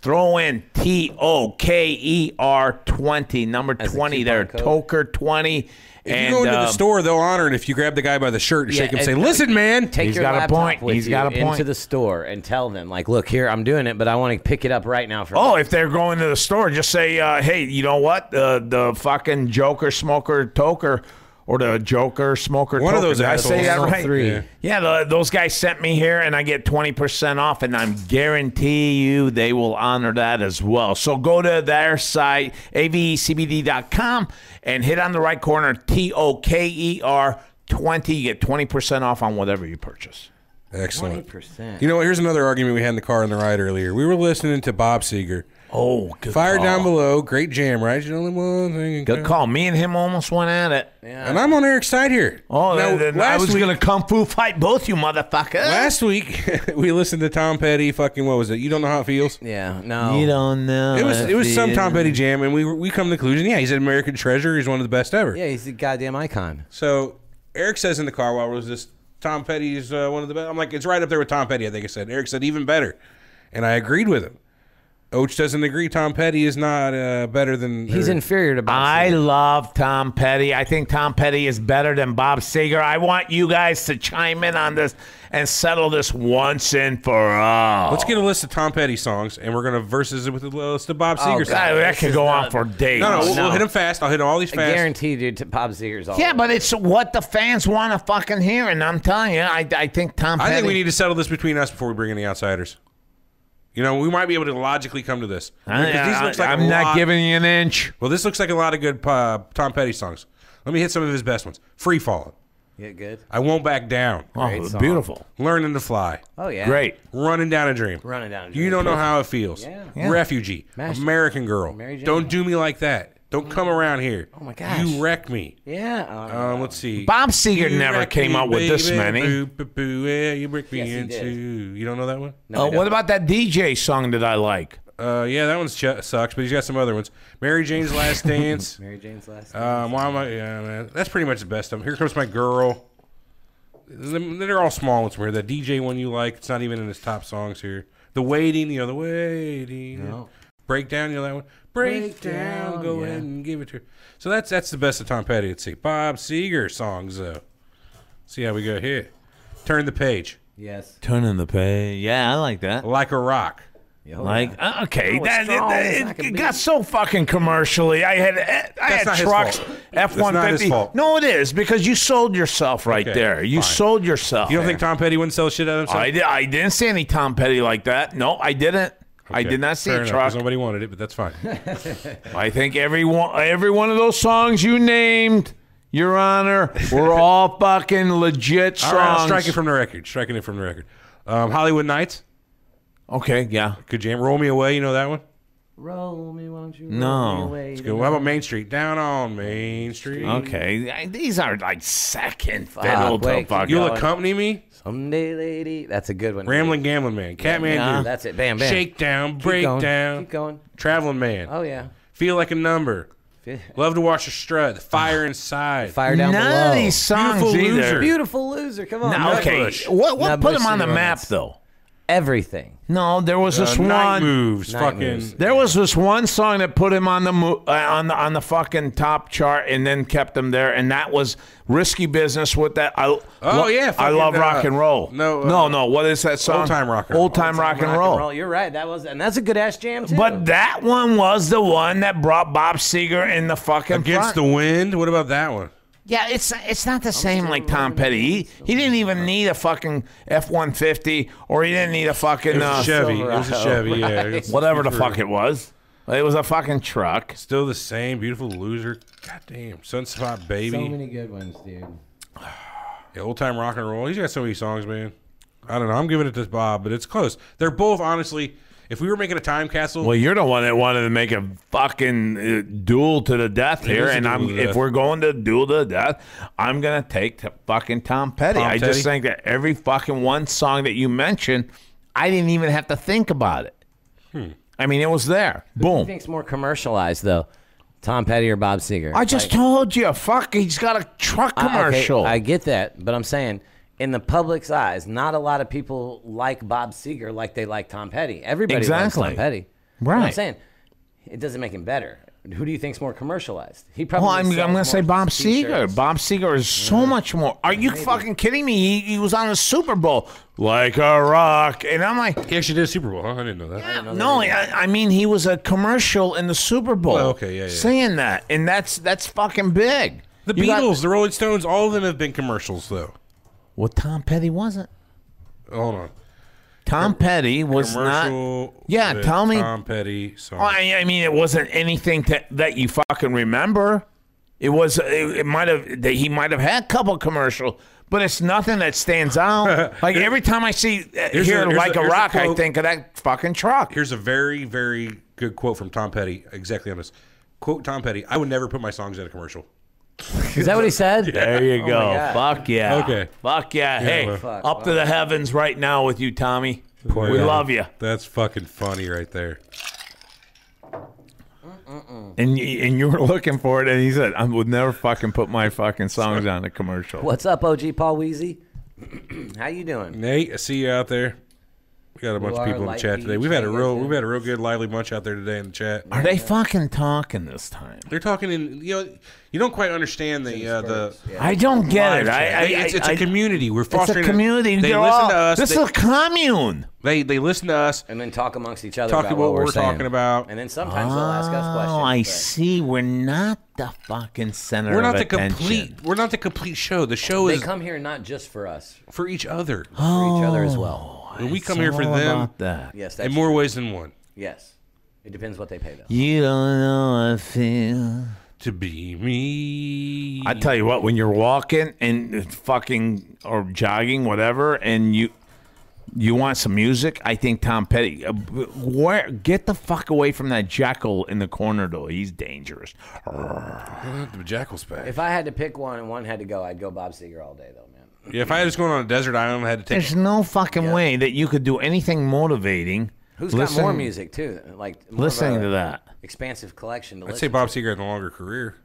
Speaker 3: Throw in T O K E R twenty, number
Speaker 8: As a
Speaker 3: twenty there,
Speaker 8: coupon code.
Speaker 3: Toker twenty.
Speaker 6: If
Speaker 3: and,
Speaker 6: you go into the
Speaker 3: um,
Speaker 6: store, they'll honor it if you grab the guy by the shirt and
Speaker 8: Yeah,
Speaker 6: shake him and
Speaker 8: and- uh,
Speaker 6: say, Listen, man.
Speaker 8: Take
Speaker 3: He's
Speaker 8: your
Speaker 3: got a
Speaker 8: laptop
Speaker 3: point.
Speaker 8: With
Speaker 3: He's
Speaker 8: you
Speaker 3: got a
Speaker 8: Into
Speaker 3: point.
Speaker 8: the store and tell them, like, look here, I'm doing it, but I want to pick it up right now for.
Speaker 3: Oh, if they're going to the store, just say, uh, "Hey, you know what? Uh, the fucking Joker smoker toker, or the Joker smoker.
Speaker 6: One of
Speaker 3: toker.
Speaker 6: those
Speaker 3: Did I
Speaker 6: assholes.
Speaker 3: say that
Speaker 6: All
Speaker 3: right?
Speaker 6: three. Yeah.
Speaker 3: Yeah, the, those guys sent me here, and I get twenty percent off, and I'm guarantee you they will honor that as well. So go to their site avecbd.com and hit on the right corner T O K E R twenty. You get twenty percent off on whatever you purchase.
Speaker 6: Excellent.
Speaker 8: 20%.
Speaker 6: You know what? Here's another argument we had in the car on the ride earlier. We were listening to Bob Seger.
Speaker 3: Oh, good
Speaker 6: Fire
Speaker 3: call.
Speaker 6: Down Below, great jam, right? You only one thing. in
Speaker 3: Good
Speaker 6: common.
Speaker 3: call. Me and him almost went at it.
Speaker 6: And I'm on Eric's side here.
Speaker 3: Oh,
Speaker 6: Now,
Speaker 3: then, then I
Speaker 6: last
Speaker 3: was
Speaker 6: week,
Speaker 3: gonna kung fu fight both you motherfuckers.
Speaker 6: last week we listened to Tom Petty. Fucking what was it? You don't know how it feels.
Speaker 8: Yeah. No.
Speaker 3: You don't know.
Speaker 6: It was it was some Tom
Speaker 3: Tom
Speaker 6: Petty jam, and we were- we come to the conclusion. Yeah, he's an American treasure. He's one of the best ever.
Speaker 8: Yeah, he's a goddamn icon.
Speaker 6: So Eric says in the car while it was this Tom Petty's uh, one of the best. I'm like, it's right up there with Tom Petty. I think I said. Eric said even better, and I agreed with him. Oach doesn't agree. Tom Petty is not uh, better than.
Speaker 8: He's
Speaker 6: or-
Speaker 8: inferior to Bob
Speaker 3: I
Speaker 8: Seger.
Speaker 3: love Tom Petty. I think Tom Petty is better than Bob Seger. I want you guys to chime in on this and settle this once and for all.
Speaker 6: Let's get a list of Tom Petty songs, and we're gonna verses it with a list of
Speaker 8: Oh,
Speaker 6: Bob Seger songs.
Speaker 3: God, that could go on for days.
Speaker 6: No, no, we'll, we'll hit them fast. I'll hit all these
Speaker 8: I
Speaker 6: fast.
Speaker 8: guarantee, dude, to Bob Seger's all.
Speaker 3: Yeah,
Speaker 8: over.
Speaker 3: but it's what the fans want to fucking hear, and I'm telling you, I, I think Tom.
Speaker 6: I
Speaker 3: Petty,
Speaker 6: think we need to settle this between us before we bring in the outsiders. You know, we might be able to logically come to this.
Speaker 3: I,
Speaker 6: Because these looks like a
Speaker 3: am not
Speaker 6: lot-
Speaker 3: giving you an inch.
Speaker 6: Well, this looks like a lot of good uh, Tom Petty songs. Let me hit some of his best ones. Free Falling.
Speaker 8: Yeah, good.
Speaker 6: I won't back down.
Speaker 3: Oh, beautiful,
Speaker 6: Learning to fly.
Speaker 8: Oh yeah.
Speaker 3: great.
Speaker 6: Running down a dream.
Speaker 8: Running Down a
Speaker 6: You
Speaker 8: Dream.
Speaker 6: don't know how it feels.
Speaker 8: Yeah.
Speaker 6: Refugee.
Speaker 8: Master-
Speaker 6: American Girl.
Speaker 8: Mary Jane.
Speaker 6: Don't do me like that. Don't come around here. Oh
Speaker 8: my gosh.
Speaker 6: You wreck me.
Speaker 8: Yeah. um,
Speaker 6: Um, let's see.
Speaker 3: Bob Seger
Speaker 6: You
Speaker 3: never
Speaker 6: wreck
Speaker 3: came
Speaker 6: me,
Speaker 3: out with this
Speaker 6: baby.
Speaker 3: many.
Speaker 6: Boo, boo, boo, yeah, you break me
Speaker 8: Yes, he did.
Speaker 6: into. You don't know that one?
Speaker 8: no,
Speaker 3: Uh,
Speaker 8: I don't.
Speaker 3: what about that DJ song that I like?
Speaker 6: Uh, yeah, that one ch- sucks, but he's got some other ones. Mary Jane's Last Dance.
Speaker 8: Mary Jane's last?
Speaker 3: uh,
Speaker 6: Um, why am I? Yeah, man, that's pretty much the best of them. Here comes my girl. Them- They're all small ones. Where the DJ one you like, it's not even in his top songs here. The waiting, you know, the waiting. Breakdown, you know that one. Breakdown,
Speaker 8: Breakdown,
Speaker 6: go
Speaker 8: yeah.
Speaker 6: ahead and give it to. her. So that's that's the best of Tom Petty. Let's see, Bob Seger songs though. See how we go here. Turn the page,
Speaker 8: yes.
Speaker 7: Turning the page. Yeah, I like that.
Speaker 6: like a rock.
Speaker 8: Yeah, hold
Speaker 7: Like,
Speaker 8: on.
Speaker 3: Uh, okay,
Speaker 8: it's
Speaker 3: that,
Speaker 8: strong.
Speaker 3: it-
Speaker 8: It's
Speaker 3: it-
Speaker 8: not
Speaker 3: it
Speaker 8: gonna be-
Speaker 3: got so fucking commercially. I had eh, I
Speaker 6: That's not
Speaker 3: had
Speaker 6: his
Speaker 3: trucks,
Speaker 6: fault.
Speaker 3: F
Speaker 6: That's
Speaker 3: one
Speaker 6: not his
Speaker 3: fifty.
Speaker 6: fault.
Speaker 3: No, it is because you sold yourself right
Speaker 6: Okay,
Speaker 3: there. You
Speaker 6: fine.
Speaker 3: sold yourself.
Speaker 6: You don't think Tom Petty wouldn't sell shit out of himself?
Speaker 3: I did, I didn't see any Tom Petty like that. No, I didn't. I
Speaker 6: Okay,
Speaker 3: did not see
Speaker 6: fair
Speaker 3: a
Speaker 6: enough, 'cause
Speaker 3: truck.
Speaker 6: Nobody wanted it, but that's fine.
Speaker 3: I think every one, every one of those songs you named, Your Honor, were all fucking legit songs.
Speaker 6: All right, I'll strike it from the record. Striking it from the record. Um, Hollywood Nights.
Speaker 3: okay, yeah.
Speaker 6: Good jam. Roll me away. You know that one.
Speaker 8: Roll me, won't you?
Speaker 3: No.
Speaker 8: Roll me away.
Speaker 6: Good. How about Main Street? Down on Main Street.
Speaker 3: Okay, I- these are like second fiddle to
Speaker 8: wait,
Speaker 3: fucking.
Speaker 6: You'll accompany me.
Speaker 8: Someday, lady. That's a good one.
Speaker 6: Rambling Gambling Man. Catman Dude.
Speaker 8: That's it. Bam, bam.
Speaker 6: Shakedown.
Speaker 8: Keep going.
Speaker 6: Breakdown.
Speaker 8: Keep going.
Speaker 6: Traveling Man.
Speaker 8: Oh yeah.
Speaker 6: Feel like a number. Love to watch your strut. The fire inside.
Speaker 8: Fire down
Speaker 3: None
Speaker 8: below.
Speaker 3: of these songs
Speaker 6: Beautiful
Speaker 3: either.
Speaker 6: Loser.
Speaker 8: Beautiful loser. Come on.
Speaker 3: No, okay.
Speaker 6: Nutbush.
Speaker 3: What what put
Speaker 8: Nutbush
Speaker 3: him on the
Speaker 8: Cigarettes.
Speaker 3: map though?
Speaker 8: Everything.
Speaker 3: No, there was
Speaker 6: Uh,
Speaker 3: this
Speaker 6: night
Speaker 3: one.
Speaker 6: moves.
Speaker 8: Night
Speaker 6: fucking.
Speaker 8: Moves.
Speaker 3: There was this one song that put him on the mo- uh, on the on the fucking top chart and then kept him there, and that was risky business with that. I, oh
Speaker 6: yeah,
Speaker 3: I
Speaker 6: fucking,
Speaker 3: love
Speaker 6: uh,
Speaker 3: rock and roll.
Speaker 6: no, uh,
Speaker 3: no, no. What is that song?
Speaker 6: Old Time Rock and
Speaker 3: Old
Speaker 6: Roll.
Speaker 3: time rock, and
Speaker 8: Rock
Speaker 3: roll.
Speaker 8: You're right. That was, and that's a good ass jam too.
Speaker 3: But that one was the one that brought Bob Seger in the fucking front.
Speaker 6: Against the wind. What about that one?
Speaker 3: Yeah, it's it's not the same like Tom Petty. He, he didn't even need a fucking F one fifty, or he didn't need a
Speaker 6: It
Speaker 3: fucking
Speaker 6: was
Speaker 3: uh,
Speaker 6: a Chevy. It was a Chevy. Yeah. It's-
Speaker 3: whatever the fuck it was. It was a fucking truck.
Speaker 6: Still the same. Beautiful loser. Goddamn. Sunspot Baby.
Speaker 8: so many good ones, dude.
Speaker 6: Yeah, old time rock and roll. He's got so many songs, man. I don't know. I'm giving it to Bob, but it's close. They're both honestly. If we were making a time capsule,
Speaker 3: Well, you're the one that wanted to make a fucking uh, duel to the death here,
Speaker 6: is a
Speaker 3: and
Speaker 6: duel
Speaker 3: I'm
Speaker 6: to the
Speaker 3: if
Speaker 6: death.
Speaker 3: we're going to duel to the death, I'm gonna take to fucking Tom Petty.
Speaker 6: Tom
Speaker 3: I
Speaker 6: Petty?
Speaker 3: just think that every fucking one song that you mentioned, I didn't even have to think about it.
Speaker 6: Hmm.
Speaker 3: I mean, it was there.
Speaker 8: Who
Speaker 3: Boom.
Speaker 8: thinks more commercialized though? Tom Petty or Bob Seger?
Speaker 3: I just told you, fuck, he's got a truck
Speaker 8: I- okay,
Speaker 3: commercial.
Speaker 8: I get that, but I'm saying in the public's eyes, not a lot of people like Bob Seger like they like Tom Petty. Everybody likes
Speaker 3: Exactly.
Speaker 8: Tom Petty.
Speaker 3: Right.
Speaker 8: I'm saying it doesn't make him better. Who do you think's more commercialized? He probably.
Speaker 3: well, I'm, I'm
Speaker 8: sells
Speaker 3: going to
Speaker 8: more
Speaker 3: say Bob
Speaker 8: t-shirts.
Speaker 3: Seger. Bob Seger is so much more. Are you fucking kidding me? He, he was on the Super Bowl like a rock. And I'm like,
Speaker 6: he actually did a Super Bowl. Huh? I didn't know that.
Speaker 3: no, I, I mean, he was a commercial in the Super Bowl.
Speaker 6: Well, Oh, okay, yeah, yeah.
Speaker 3: Saying that. And that's that's fucking big.
Speaker 6: The
Speaker 3: You got-
Speaker 6: Beatles, the Rolling Stones, all of them have been commercials, though.
Speaker 3: well, Tom Petty wasn't.
Speaker 6: Hold on.
Speaker 3: Tom Petty was not.
Speaker 6: Commercial.
Speaker 3: Yeah,
Speaker 6: with
Speaker 3: tell me-
Speaker 6: Tom Petty song.
Speaker 3: I, I mean, it wasn't anything that, that you fucking remember. It was. It, it might have. That he might have had a couple commercial, but it's nothing that stands out. like every time I see uh,
Speaker 6: Here's
Speaker 3: here,
Speaker 6: a- here's
Speaker 3: like
Speaker 6: a-
Speaker 3: a,
Speaker 6: here's a
Speaker 3: rock, I
Speaker 6: quote.
Speaker 3: think of that fucking truck.
Speaker 6: Here's a very, very good quote from Tom Petty. Exactly on this. Quote Tom Petty: "I would never put my songs in a commercial."
Speaker 8: Is that what he said?
Speaker 3: There you go.
Speaker 8: God.
Speaker 3: Fuck yeah.
Speaker 6: Oh Okay.
Speaker 3: Fuck yeah. hey,
Speaker 6: well.
Speaker 8: Fuck,
Speaker 3: up to the heavens right now with you, Tommy.
Speaker 6: Poor
Speaker 3: we
Speaker 6: guy.
Speaker 3: love you.
Speaker 6: That's fucking funny right there.
Speaker 7: And you, and you were looking for it, and he said, "I would never fucking put my fucking songs on a commercial."
Speaker 8: What's up, OG Paul Weezy? How you doing?
Speaker 6: Nate, I see you out there. We got a bunch of
Speaker 9: are
Speaker 6: people in the
Speaker 9: light
Speaker 6: chat today. We've
Speaker 9: beach
Speaker 6: had a real,
Speaker 9: natives.
Speaker 6: we've had a real good lively bunch out there today in the chat.
Speaker 10: Are they fucking talking this time?
Speaker 6: They're talking in, you know, you don't quite understand the uh, the.
Speaker 10: I don't get
Speaker 6: live
Speaker 10: it. I,
Speaker 6: chat.
Speaker 10: I,
Speaker 6: it's, it's
Speaker 10: I,
Speaker 6: a community. We're
Speaker 10: It's
Speaker 6: fostering
Speaker 10: a community.
Speaker 6: They
Speaker 10: They're
Speaker 6: listen
Speaker 10: all-
Speaker 6: to us.
Speaker 10: This
Speaker 6: they,
Speaker 10: is a commune.
Speaker 6: they they listen to us.
Speaker 8: and then talk amongst each other
Speaker 6: Talk
Speaker 8: about
Speaker 6: about
Speaker 8: what
Speaker 6: what
Speaker 8: we're,
Speaker 6: we're
Speaker 8: saying.
Speaker 6: talking about.
Speaker 8: and then sometimes they'll ask us questions.
Speaker 10: Oh, I
Speaker 8: but-
Speaker 10: see. We're not the fucking center.
Speaker 6: We're
Speaker 10: of
Speaker 6: not the
Speaker 10: attention.
Speaker 6: complete. We're not the complete show. The show
Speaker 8: They
Speaker 6: is
Speaker 8: come here not just for us, for
Speaker 6: for each other.
Speaker 8: each other as well.
Speaker 6: When we
Speaker 10: It's
Speaker 6: come here for
Speaker 10: all
Speaker 6: them,
Speaker 10: about that.
Speaker 8: Yes, that's
Speaker 6: in more ways than one.
Speaker 8: yes. It depends what they pay though.
Speaker 10: You don't know what I feel.
Speaker 6: To be me.
Speaker 3: I tell you what, when you're walking and fucking or jogging, whatever, and you you want some music, I think Tom Petty. Uh, where get the fuck away from that jackal in the corner though? He's dangerous.
Speaker 6: the jackal's back.
Speaker 8: If I had to pick one and one had to go, I'd go Bob Seger all day though, man.
Speaker 6: yeah, if I had just gone on a desert island, I had to take.
Speaker 3: There's no fucking way that you could do anything motivating.
Speaker 8: Who's
Speaker 3: Who's
Speaker 8: got more music too? Like more of
Speaker 3: Listening
Speaker 8: a
Speaker 3: to that.
Speaker 8: expansive collection. To
Speaker 6: I'd say Bob Seger had a longer career.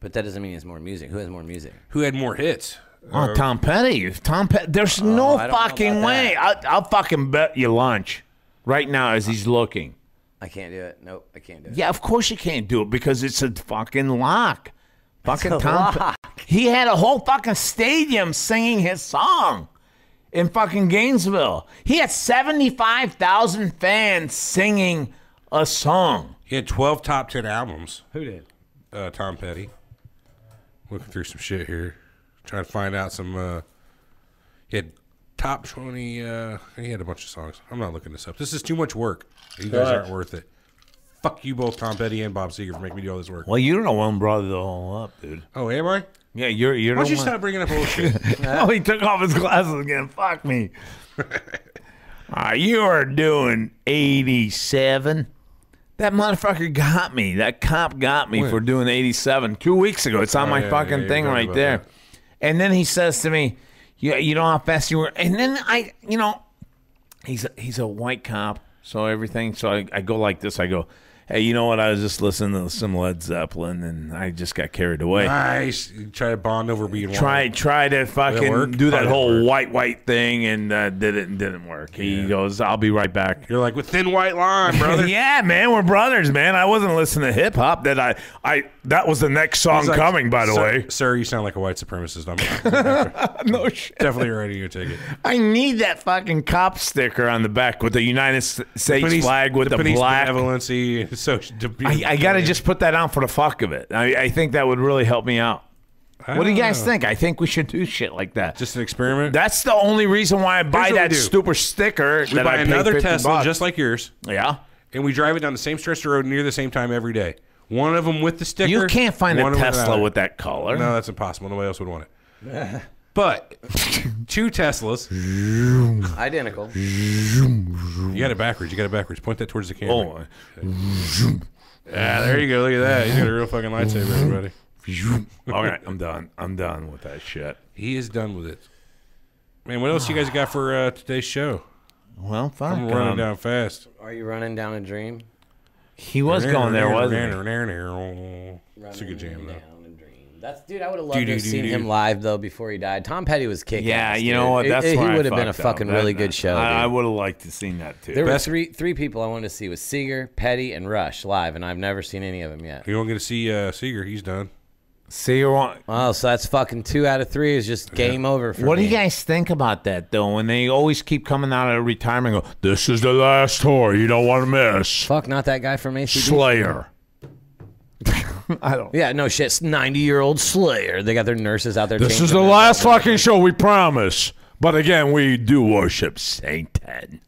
Speaker 8: but that doesn't mean it's more music. Who has more music?
Speaker 6: Who had more hits?
Speaker 3: Oh, Tom Petty. If Tom Petty. There's no
Speaker 8: I don't know
Speaker 3: fucking
Speaker 8: about
Speaker 3: way. I, I'll fucking bet you lunch right now as he's looking.
Speaker 8: I can't do it. Nope, I can't do it.
Speaker 3: Yeah, of course you can't do it because it's a fucking lock. Fucking
Speaker 8: a
Speaker 3: Tom. Pe- He had a whole fucking stadium singing his song in fucking Gainesville. He had 75,000 fans singing a song.
Speaker 6: He had twelve top ten albums.
Speaker 8: Who did?
Speaker 6: uh, Tom Petty. Looking through some shit here, trying to find out some. Uh, he had top twenty. Uh, he had a bunch of songs. I'm not looking this up. This is too much work. You guys aren't worth it. Fuck you both, Tom Petty and Bob Seger, for making me do all this work.
Speaker 3: Well, you don't know one brother the whole up, dude.
Speaker 6: Oh, am I?
Speaker 3: Yeah, you're you're.
Speaker 6: Why don't you stop bringing up old shit?
Speaker 3: Oh, he took off his glasses again. Fuck me. Ah, you are doing 87. That motherfucker got me. That cop got me for doing 87 two weeks ago. It's on
Speaker 6: Oh,
Speaker 3: my
Speaker 6: yeah, yeah,
Speaker 3: fucking
Speaker 6: you
Speaker 3: thing
Speaker 6: told me
Speaker 3: right
Speaker 6: about
Speaker 3: there.
Speaker 6: that.
Speaker 3: And then he says to me, you, you know how fast you were? And then I, you know, he's a, he's a white cop, so everything. So I, I go like this. I go, hey, you know what? I was just listening to some Led Zeppelin, and I just got carried away
Speaker 6: nice. You Try to bond over being
Speaker 3: try
Speaker 6: One.
Speaker 3: try to
Speaker 6: work?
Speaker 3: fucking do
Speaker 6: Oh,
Speaker 3: that
Speaker 6: that
Speaker 3: whole
Speaker 6: worked.
Speaker 3: white white thing and uh, didn't didn't work. He goes, "I'll be right back."
Speaker 6: You're like with thin white line, brother.
Speaker 3: yeah, man, we're brothers, man. I wasn't listening to hip hop. That I I that was the next song
Speaker 6: He's like,
Speaker 3: coming, by the
Speaker 6: "Sir-
Speaker 3: way.
Speaker 6: sir. You sound like a white supremacist. I'm
Speaker 3: No shit.
Speaker 6: definitely writing your ticket.
Speaker 3: I need that fucking cop sticker on the back with the United S- States
Speaker 6: Police-
Speaker 3: flag with the,
Speaker 6: police
Speaker 3: black.
Speaker 6: benevolency. So to be-
Speaker 3: I, I gotta just put that on for the fuck of it. I, I think that would really help me out. What do you
Speaker 6: don't
Speaker 3: guys
Speaker 6: know.
Speaker 3: think? I think we should do shit like that.
Speaker 6: Just an experiment.
Speaker 3: That's the only reason why I buy
Speaker 6: what we
Speaker 3: that
Speaker 6: do.
Speaker 3: stupid sticker.
Speaker 6: we
Speaker 3: that
Speaker 6: buy
Speaker 3: I paid
Speaker 6: another
Speaker 3: 50
Speaker 6: Tesla
Speaker 3: bucks.
Speaker 6: just like yours,
Speaker 3: yeah.
Speaker 6: and we drive it down the same stretch of road near the same time every day. One of them with the sticker.
Speaker 3: You can't find a
Speaker 6: one of them
Speaker 3: Tesla
Speaker 6: without it.
Speaker 3: with that color.
Speaker 6: No, that's impossible. Nobody else would want it. but two Teslas.
Speaker 8: Identical.
Speaker 6: You got it backwards. You got it backwards. Point that towards the camera.
Speaker 3: Oh, uh,
Speaker 6: Yeah, there you go. Look at that. He's got a real fucking lightsaber, everybody.
Speaker 3: all right, I'm done. I'm done with that shit.
Speaker 6: He is done with it. Man, what else you guys got for uh, today's show?
Speaker 3: Well, fuck.
Speaker 6: I'm running
Speaker 3: um,
Speaker 6: down fast.
Speaker 8: Are you running down a dream?
Speaker 3: He was going there, wasn't he?
Speaker 6: It's a good jam, though.
Speaker 8: Down a dream. That's dude. I would have loved to have
Speaker 6: Doo-doo-doo-doo.
Speaker 8: seen him live though before he died. Tom Petty was kicking.
Speaker 3: Yeah, you know what? That's
Speaker 8: it,
Speaker 3: why
Speaker 8: he
Speaker 3: I
Speaker 8: would have been a
Speaker 3: fucked up.
Speaker 8: fucking
Speaker 3: That-
Speaker 8: really good show.
Speaker 3: I, I
Speaker 8: dude.
Speaker 3: would have liked to seen that too.
Speaker 8: there were
Speaker 6: Best-
Speaker 8: three three people I wanted to see was Seeger, Petty, and Rush live, and I've never seen any of them yet.
Speaker 6: You don't get to see uh, Seeger. He's done.
Speaker 3: See, you want.
Speaker 8: Oh, so that's fucking two out of three is just game over for
Speaker 3: What do
Speaker 8: me.
Speaker 3: you guys think about that though? When they always keep coming out of retirement, and go, "This is the last tour. You don't want to miss."
Speaker 8: Fuck, not that guy from ACDC.
Speaker 3: Slayer. I don't.
Speaker 8: yeah, no shit. Ninety year old Slayer. They got their nurses out there.
Speaker 3: This
Speaker 8: changing
Speaker 3: is the
Speaker 8: their-
Speaker 3: last fucking show we promise. But again, we do worship Satan.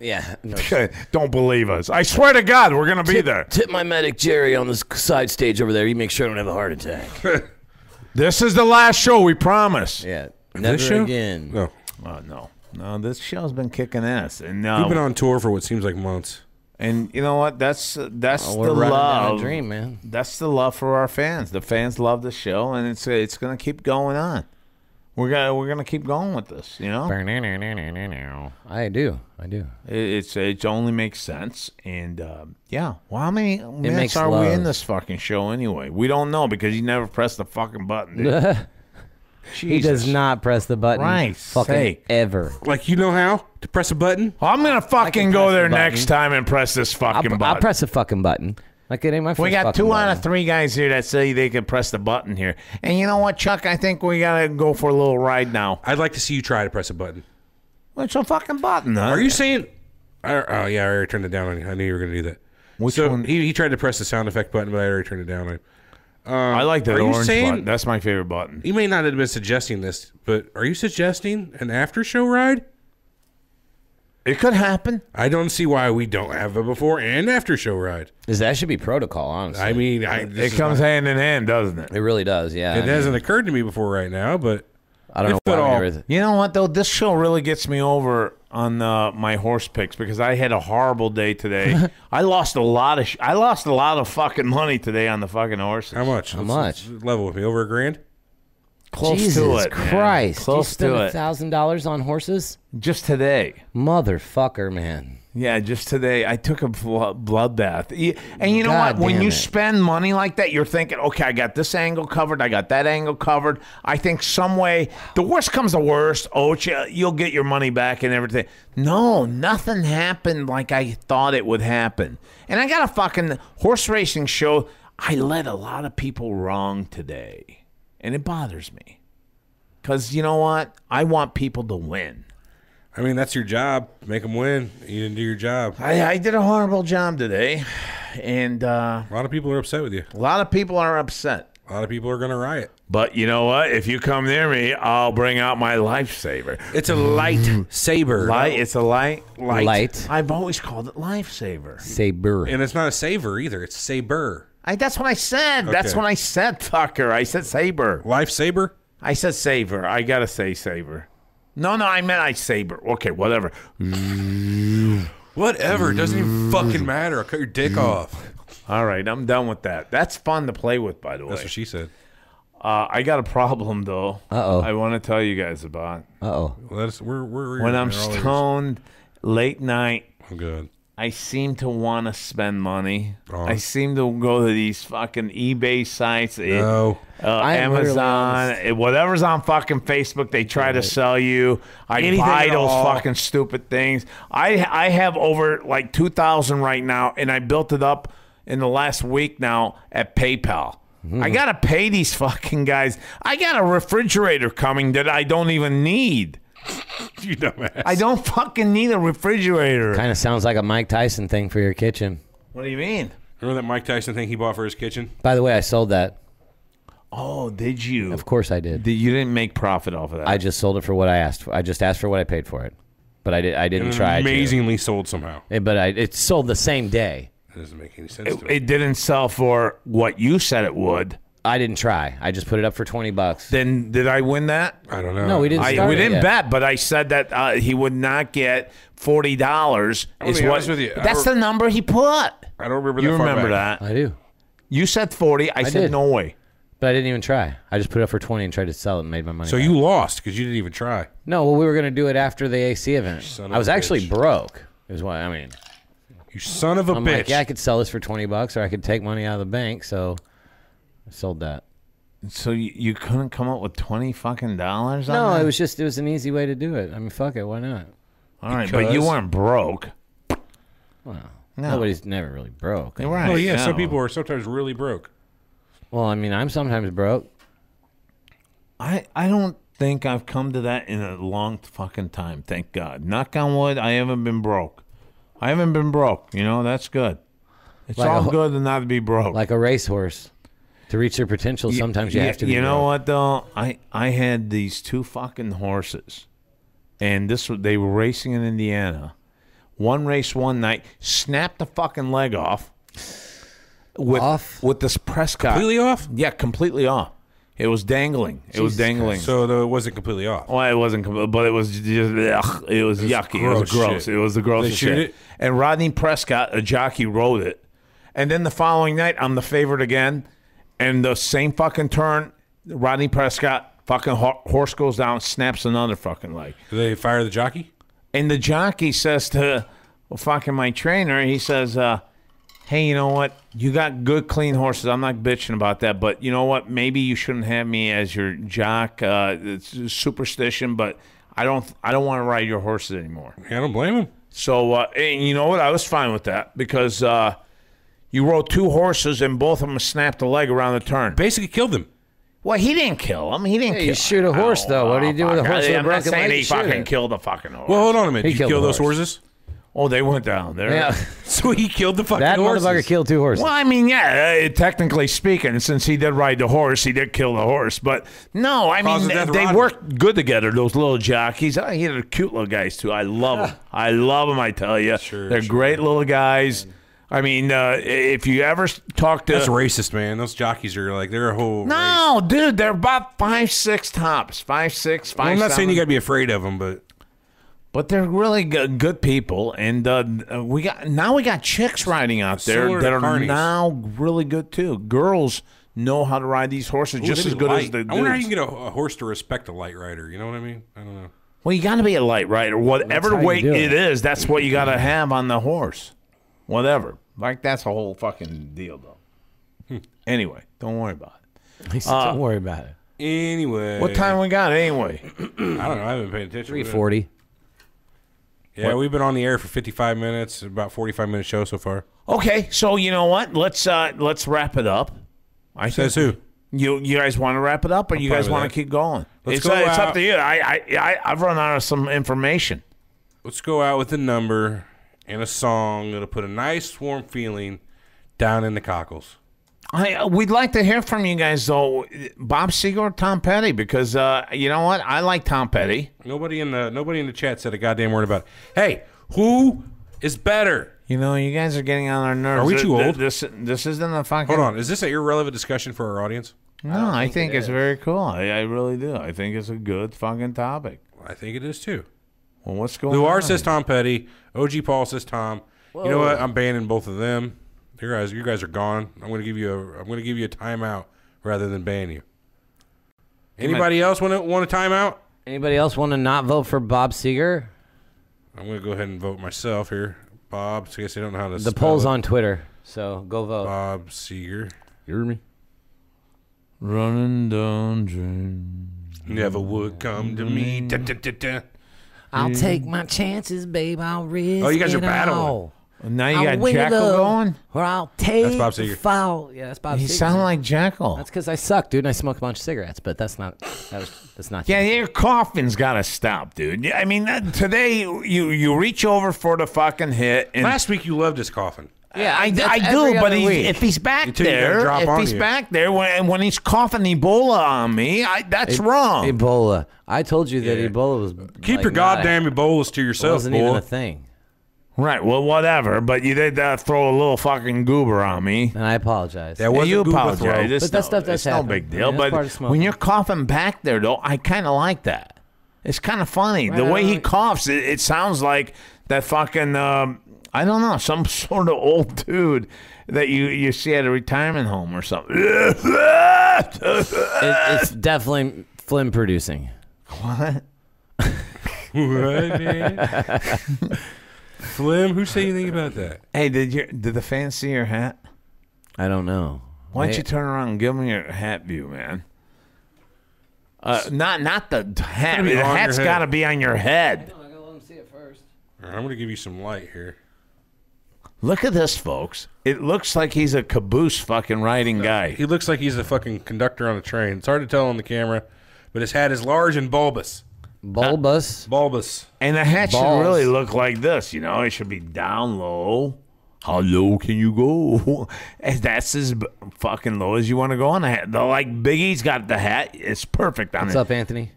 Speaker 8: Yeah. No shit.
Speaker 3: Don't believe us. I swear to God, we're gonna be there.
Speaker 8: Tip my medic Jerry on this side stage over there. You make sure I don't have a heart attack.
Speaker 3: This is the last show we promise.
Speaker 8: Yeah. Never
Speaker 6: show?
Speaker 8: again.
Speaker 6: No.
Speaker 3: Oh no, no, this show's been kicking ass, and uh,
Speaker 6: We've been on tour for what seems like months.
Speaker 3: and you know what? That's that's
Speaker 8: Oh, we're
Speaker 3: the
Speaker 8: running down a
Speaker 3: love.
Speaker 8: dream, man.
Speaker 3: That's the love for our fans. The fans love the show, and it's it's gonna keep going on. We're gonna we're gonna keep going with this. You know,
Speaker 8: I do. I do.
Speaker 3: it, it's it only makes sense, and um, yeah. Well, how many
Speaker 8: makes
Speaker 3: minutes are we
Speaker 8: love.
Speaker 3: in this fucking show anyway? We don't know because you never press the fucking button. dude.
Speaker 8: He does
Speaker 7: Jesus.
Speaker 8: not press the button.
Speaker 7: Christ's
Speaker 8: fucking
Speaker 7: sake.
Speaker 8: ever.
Speaker 6: Like you know how to press a button.
Speaker 7: Well, I'm gonna fucking
Speaker 8: press
Speaker 7: go
Speaker 8: the
Speaker 7: there
Speaker 8: button.
Speaker 7: next time and press this
Speaker 8: I'll,
Speaker 7: fucking
Speaker 8: pr-
Speaker 7: button.
Speaker 8: I'll press a fucking button. Like it ain't my first
Speaker 3: We got
Speaker 8: fucking
Speaker 3: two out
Speaker 8: button.
Speaker 3: of three guys here that say they can press the button here. And you know what, Chuck? I think we gotta go for a little ride now.
Speaker 6: I'd like to see you try to press a button.
Speaker 3: It's a fucking button, huh?
Speaker 6: Are you saying? I, oh yeah, I already turned it down on you. I knew you were gonna do that.
Speaker 3: Which
Speaker 6: so
Speaker 3: one?
Speaker 6: He, he tried to press the sound effect button, but I already turned it down on him.
Speaker 3: I like that
Speaker 6: Are you
Speaker 3: orange
Speaker 6: saying-
Speaker 3: button. That's my favorite button.
Speaker 6: You may not have been suggesting this, but are you suggesting an after-show ride?
Speaker 3: It could happen.
Speaker 6: I don't see why we don't have a before and after-show ride.
Speaker 8: Is that should be protocol, honestly.
Speaker 6: I mean, I,
Speaker 3: It comes hand in hand, doesn't it?
Speaker 8: it really does, yeah.
Speaker 6: It hasn't occurred to me before right now, but
Speaker 8: I don't know
Speaker 6: if at
Speaker 8: what
Speaker 6: all.
Speaker 8: all. With it.
Speaker 3: You know what though? This show really gets me over on uh, my horse picks because I had a horrible day today. I lost a lot of sh- I lost a lot of fucking money today on the fucking horses.
Speaker 6: how much? How
Speaker 8: much?
Speaker 6: level with me over a grand.
Speaker 3: Close
Speaker 8: Jesus
Speaker 3: to it, man.
Speaker 8: Christ! you
Speaker 3: Close
Speaker 8: spent
Speaker 3: to
Speaker 8: a
Speaker 3: it.
Speaker 8: thousand dollars on horses,
Speaker 3: Just today.
Speaker 8: motherfucker, man.
Speaker 3: Yeah, just today I took a blo- bloodbath. Y- And you know
Speaker 8: God
Speaker 3: what? When
Speaker 8: damn
Speaker 3: you
Speaker 8: it.
Speaker 3: spend money like that, you're thinking, okay, I got this angle covered. I got that angle covered. I think some way, the worst comes to worst. Oh, ch- you'll get your money back and everything. No, nothing happened like I thought it would happen. And I got a fucking horse racing show. I led a lot of people wrong today. And it bothers me. Because you know what? I want people to win.
Speaker 6: I mean, that's your job. Make them win. You didn't do your job.
Speaker 3: I, I did a horrible job today, and uh,
Speaker 6: A lot of people are upset with you.
Speaker 3: a lot of people are upset.
Speaker 6: A lot of people are going to riot.
Speaker 3: But you know what? If you come near me, I'll bring out my lifesaver. Mm-hmm.
Speaker 6: It's a light saber,
Speaker 3: Light. It's a light. Light.
Speaker 8: Light.
Speaker 3: I've always called it lifesaver.
Speaker 8: Saber.
Speaker 6: and it's not a saver either. It's saber,
Speaker 3: I, that's what I said. That's
Speaker 6: Okay.
Speaker 3: what I said, fucker. I said saber.
Speaker 6: lifesaver.
Speaker 3: I said saver. I gotta say saver. No, no, I meant I saber. Okay, whatever.
Speaker 6: Whatever. It doesn't even fucking matter. I'll cut your dick off.
Speaker 3: All right, I'm done with that. That's fun to play with, by the way.
Speaker 6: That's what she said.
Speaker 3: Uh, I got a problem though.
Speaker 8: Uh-oh.
Speaker 3: I want to tell you guys about.
Speaker 8: Uh oh.
Speaker 6: Well, that's we're we're
Speaker 3: when
Speaker 6: we're
Speaker 3: I'm
Speaker 6: all ears.
Speaker 3: stoned late night,
Speaker 6: Oh god.
Speaker 3: I seem to want to spend money.
Speaker 6: Wrong.
Speaker 3: I seem to go to these fucking eBay sites, eh,
Speaker 6: No.
Speaker 3: uh,
Speaker 8: I'm literally
Speaker 3: Amazon, eh, whatever's on fucking Facebook. They try to sell you. I buy
Speaker 6: at
Speaker 3: those
Speaker 6: all.
Speaker 3: fucking stupid things. I I have over like two thousand right now, and I built it up in the last week now at PayPal.
Speaker 6: Hmm.
Speaker 3: I gotta pay these fucking guys. I got a refrigerator coming that I don't even need.
Speaker 6: You dumbass.
Speaker 3: I don't fucking need a refrigerator.
Speaker 8: Kind of sounds like a Mike Tyson thing for your kitchen.
Speaker 3: What do you mean?
Speaker 6: Remember that Mike Tyson thing he bought for his kitchen?
Speaker 8: By the way, I sold that.
Speaker 3: Oh, did you?
Speaker 8: Of course, I did.
Speaker 3: Did- You didn't make profit off of that.
Speaker 8: I just sold it for what I asked for. I just asked for what I paid for it, but I did. I didn't
Speaker 6: And
Speaker 8: try. to.
Speaker 6: amazingly sold somehow.
Speaker 8: Eh, But I, it sold the same day.
Speaker 6: That doesn't make any sense to
Speaker 3: it,
Speaker 6: me.
Speaker 3: it didn't sell for what you said it would.
Speaker 8: I didn't try. I just put it up for twenty bucks.
Speaker 3: Then did I win that?
Speaker 6: I don't know.
Speaker 8: No, we didn't.
Speaker 3: I,
Speaker 8: start
Speaker 3: we
Speaker 8: it
Speaker 3: didn't
Speaker 8: yet.
Speaker 3: bet, but I said that uh, he would not get forty dollars.
Speaker 6: gonna
Speaker 3: Is
Speaker 6: be
Speaker 3: what?
Speaker 6: honest with you. I
Speaker 3: That's
Speaker 6: re-
Speaker 3: the number he put.
Speaker 6: I don't remember that.
Speaker 3: You
Speaker 6: far
Speaker 3: remember
Speaker 6: back.
Speaker 3: that?
Speaker 8: I do,
Speaker 3: You said forty. I, said
Speaker 8: did.
Speaker 3: no way.
Speaker 8: but I didn't even try. I just put it up for twenty and tried to sell it and made my money.
Speaker 6: So
Speaker 8: back.
Speaker 6: you lost because you didn't even try.
Speaker 8: No, well, we were gonna do it after the AC event.
Speaker 6: Son of
Speaker 8: I was
Speaker 6: a
Speaker 8: actually
Speaker 6: bitch.
Speaker 8: broke. Is what I mean.
Speaker 6: You son of a
Speaker 8: I'm
Speaker 6: bitch.
Speaker 8: like, yeah, I could sell this for twenty bucks, or I could take money out of the bank. So I sold that.
Speaker 3: So you, you couldn't come up with twenty fucking dollars? on
Speaker 8: No,
Speaker 3: that?
Speaker 8: it was just it was an easy way to do it. I mean, fuck it, why not?
Speaker 3: all right, but you
Speaker 6: because-
Speaker 3: weren't broke.
Speaker 8: Nobody's never really broke.
Speaker 3: Right?
Speaker 6: oh yeah, some
Speaker 3: no.
Speaker 6: people are sometimes really broke.
Speaker 8: Well, I mean, I'm sometimes broke.
Speaker 3: I I don't think I've come to that in a long fucking time. Thank God. Knock on wood. I haven't been broke. I haven't been broke. You know that's good. It's
Speaker 8: Like
Speaker 3: all
Speaker 8: a-
Speaker 3: good to not be broke.
Speaker 8: like a racehorse. To reach their potential, sometimes you
Speaker 3: Y-
Speaker 8: have to. Be
Speaker 3: You know
Speaker 8: broke.
Speaker 3: what though? I I had these two fucking horses, and this was they were racing in Indiana. One race one night, snapped the fucking leg off. With
Speaker 8: Off?
Speaker 3: with this Prescott
Speaker 6: Completely off?
Speaker 3: Yeah, completely off. It was dangling. It was dangling.
Speaker 6: So though it wasn't completely off.
Speaker 3: Well, it wasn't, compl- but it was just ugh, it was yucky. It was
Speaker 6: gross
Speaker 3: gross.
Speaker 6: shit.
Speaker 3: It was the grossest
Speaker 6: They shoot
Speaker 3: shit.
Speaker 6: it?
Speaker 3: And Rodney Prescott, a jockey, rode it. And then the following night, I'm the favorite again, and the same fucking turn. Rodney Prescott, fucking ho- horse goes down, snaps another fucking leg.
Speaker 6: Did they fire the jockey?
Speaker 3: And the jockey says to fucking my trainer, he says, uh, hey, you know what? You got good, clean horses. I'm not bitching about that, but you know what? Maybe you shouldn't have me as your jock. Uh, it's superstition, but I don't, I don't want to ride your horses anymore.
Speaker 6: I don't blame him.
Speaker 3: So, uh, and you know what? I was fine with that because uh, you rode two horses and both of them snapped a leg around the turn.
Speaker 6: Basically killed him.
Speaker 3: Well, he didn't kill him. He didn't.
Speaker 8: Yeah,
Speaker 3: kill Oh,
Speaker 8: you shoot a horse, though. What do you do with a
Speaker 3: fuck.
Speaker 8: horse with a
Speaker 3: I'm not
Speaker 8: broken
Speaker 3: saying
Speaker 8: leg?
Speaker 3: he
Speaker 8: You shoot
Speaker 3: fucking
Speaker 8: it.
Speaker 3: killed the fucking horse.
Speaker 6: Well, hold on a minute. Did
Speaker 8: He
Speaker 6: you
Speaker 8: killed
Speaker 6: kill
Speaker 8: the
Speaker 6: those
Speaker 8: horse.
Speaker 6: horses?
Speaker 3: oh, they went down there.
Speaker 8: Yeah.
Speaker 6: So he killed the fucking
Speaker 8: That
Speaker 6: horses.
Speaker 8: motherfucker killed two horses.
Speaker 3: Well, I mean, yeah, uh, technically speaking, since he did ride the horse, he did kill the horse. But no, I
Speaker 6: Cause
Speaker 3: mean,
Speaker 6: of
Speaker 3: they,
Speaker 6: death
Speaker 3: they
Speaker 6: riding.
Speaker 3: worked good together, those little jockeys. Uh, he had a cute little guys, too. I love them. I love them, I tell you.
Speaker 6: Sure,
Speaker 3: They're
Speaker 6: sure.
Speaker 3: great little guys. I mean, uh, if you ever s- talk to.
Speaker 6: That's racist, man. Those jockeys are like they're a whole. race.
Speaker 3: no, dude, they're about five, six tops. Five, six, five,
Speaker 6: Well, I'm not saying
Speaker 3: seven.
Speaker 6: you got to be afraid of them, but
Speaker 3: But they're really go- good people, and uh, uh, we got now we got chicks riding out there
Speaker 6: Similar to
Speaker 3: that are
Speaker 6: carnies.
Speaker 3: now really good too. Girls know how to ride these horses
Speaker 6: Ooh,
Speaker 3: just
Speaker 6: they
Speaker 3: as
Speaker 6: be
Speaker 3: good
Speaker 6: light.
Speaker 3: as the dudes.
Speaker 6: I wonder how you can get a, a horse to respect a light rider. You know what I mean? I don't know.
Speaker 3: well, you got to be a light rider, whatever
Speaker 8: how you
Speaker 3: weight
Speaker 8: do
Speaker 3: it
Speaker 8: it.
Speaker 3: is. That's what you got to have on the horse, whatever. Like that's a whole fucking deal, though.
Speaker 6: Hmm.
Speaker 3: anyway, don't worry about it.
Speaker 8: He said,
Speaker 6: Uh,
Speaker 8: Don't worry about it.
Speaker 6: Anyway,
Speaker 3: What time we got anyway?
Speaker 6: I don't know. I haven't paid attention.
Speaker 8: Three forty.
Speaker 6: Yeah, we've been on the air for 55 minutes. About 45 minute show so far.
Speaker 3: Okay, so you know what? Let's uh let's wrap it up. I
Speaker 6: Says
Speaker 3: think-
Speaker 6: who?
Speaker 3: You you guys want to wrap it up, or you
Speaker 6: fine
Speaker 3: guys
Speaker 6: with
Speaker 3: want
Speaker 6: that.
Speaker 3: to keep going?
Speaker 6: Let's
Speaker 3: it's
Speaker 6: go
Speaker 3: uh, it's
Speaker 6: out.
Speaker 3: up to you. I, I I I've run out of some information.
Speaker 6: Let's go out with a number and a song that'll put a nice warm feeling down in the cockles.
Speaker 3: I uh, we'd like to hear from you guys though, Bob Seger or Tom Petty, because uh you know what? I like Tom Petty.
Speaker 6: Nobody in the nobody in the chat said a goddamn word about. It. Hey, who is better?
Speaker 3: You know, you guys are getting on our nerves.
Speaker 6: Are we
Speaker 3: Th-
Speaker 6: too
Speaker 3: th-
Speaker 6: old?
Speaker 3: This this isn't a fucking.
Speaker 6: Hold on, is this an irrelevant discussion for our audience?
Speaker 3: No, I, think, it's very cool. I, I really do. I think it's a good fucking topic.
Speaker 6: I think it is too.
Speaker 3: Well, what's going on?
Speaker 6: Luar says Tom Petty. OG Paul says Tom. You know what? I'm banning both of them. You guys, you guys are gone. I'm gonna give you a I'm gonna give you a timeout rather than ban you. Anybody else want to want a timeout?
Speaker 8: Anybody else want to not vote for Bob Seeger?
Speaker 6: I'm gonna go ahead and vote myself here. Bob, so I guess I don't know how to.
Speaker 8: The
Speaker 6: spell
Speaker 8: poll's
Speaker 6: it.
Speaker 8: on Twitter, so go vote.
Speaker 6: Bob Seeger.
Speaker 11: You hear me?
Speaker 3: running down dream.
Speaker 6: Never would come to me. Da, da, da, da.
Speaker 5: I'll take my chances, babe. I'll risk.
Speaker 6: Oh, you guys are
Speaker 5: it
Speaker 6: battling.
Speaker 5: all.
Speaker 3: Now you
Speaker 5: I'll
Speaker 3: got Jackal going.
Speaker 5: or I'll take.
Speaker 6: That's Bob
Speaker 5: the
Speaker 6: Seger.
Speaker 5: Fall. Yeah, that's Bob.
Speaker 3: He
Speaker 5: Seger.
Speaker 3: sound like Jackal.
Speaker 8: That's because I suck, dude, and I smoke a bunch of cigarettes. But that's not. That was, that's not.
Speaker 3: Yeah, your coughing's got to stop, dude. Yeah, I mean, that, today you you reach over for the fucking hit, and
Speaker 6: Last week you loved his coffin.
Speaker 8: yeah.
Speaker 3: I,
Speaker 8: that's
Speaker 3: I
Speaker 8: every
Speaker 3: do, but
Speaker 8: other
Speaker 3: he's,
Speaker 8: week.
Speaker 3: if he's back
Speaker 6: Until you gotta
Speaker 3: there,
Speaker 6: drop
Speaker 3: if
Speaker 6: on
Speaker 3: he's
Speaker 6: you.
Speaker 3: back there, when when he's coughing Ebola on me, I, that's wrong.
Speaker 8: Ebola. I told you that
Speaker 6: Yeah.
Speaker 8: Ebola was.
Speaker 6: Keep
Speaker 8: like,
Speaker 6: your
Speaker 8: not-
Speaker 6: goddamn Ebolas to
Speaker 8: it
Speaker 6: yourself,
Speaker 8: wasn't
Speaker 6: boy.
Speaker 8: even a thing,
Speaker 3: right? Well, whatever. But you did uh, throw a little fucking goober on me.
Speaker 8: and I apologize.
Speaker 6: That wasn't
Speaker 3: you
Speaker 6: Google
Speaker 3: apologize.
Speaker 6: throw.
Speaker 3: It's
Speaker 8: But that
Speaker 3: no,
Speaker 8: stuff does
Speaker 3: it's
Speaker 8: happen.
Speaker 3: no big
Speaker 8: I
Speaker 3: deal.
Speaker 8: mean, that's part of
Speaker 3: but
Speaker 8: smoking.
Speaker 3: when you're coughing back there, though, I kind of like that. It's kind of funny the
Speaker 8: Right,
Speaker 3: way
Speaker 8: I
Speaker 3: he
Speaker 8: like-
Speaker 3: coughs. It, it sounds like that fucking um, I don't know some sort of old dude that you you see at a retirement home or something.
Speaker 8: It- it's definitely Flynn producing.
Speaker 3: what?
Speaker 6: What, man? Slim, who say anything about that?
Speaker 3: Hey, did you did the fans see your hat?
Speaker 8: I don't know.
Speaker 3: Why don't
Speaker 8: They-
Speaker 3: you turn around and give me your hat view, man? Uh, not not the hat.
Speaker 6: be
Speaker 3: The
Speaker 6: on your
Speaker 3: hat's
Speaker 6: head.
Speaker 3: got to be on your head.
Speaker 6: All right, I'm gonna give you some light here.
Speaker 3: Look at this, folks. It looks like he's a caboose fucking riding guy.
Speaker 6: He looks like he's a fucking conductor on a train. It's hard to tell on the camera, but his hat is large and bulbous.
Speaker 5: Ah.
Speaker 8: Bulbous.
Speaker 6: Bulbous.
Speaker 3: And the hat
Speaker 8: Balls.
Speaker 3: should really look like this, you know? It should be down low. How low can you go? And that's as b- fucking low as you want to go on a hat. Though, like Biggie's got the hat, it's perfect on
Speaker 8: What's
Speaker 3: it.
Speaker 8: up, Anthony?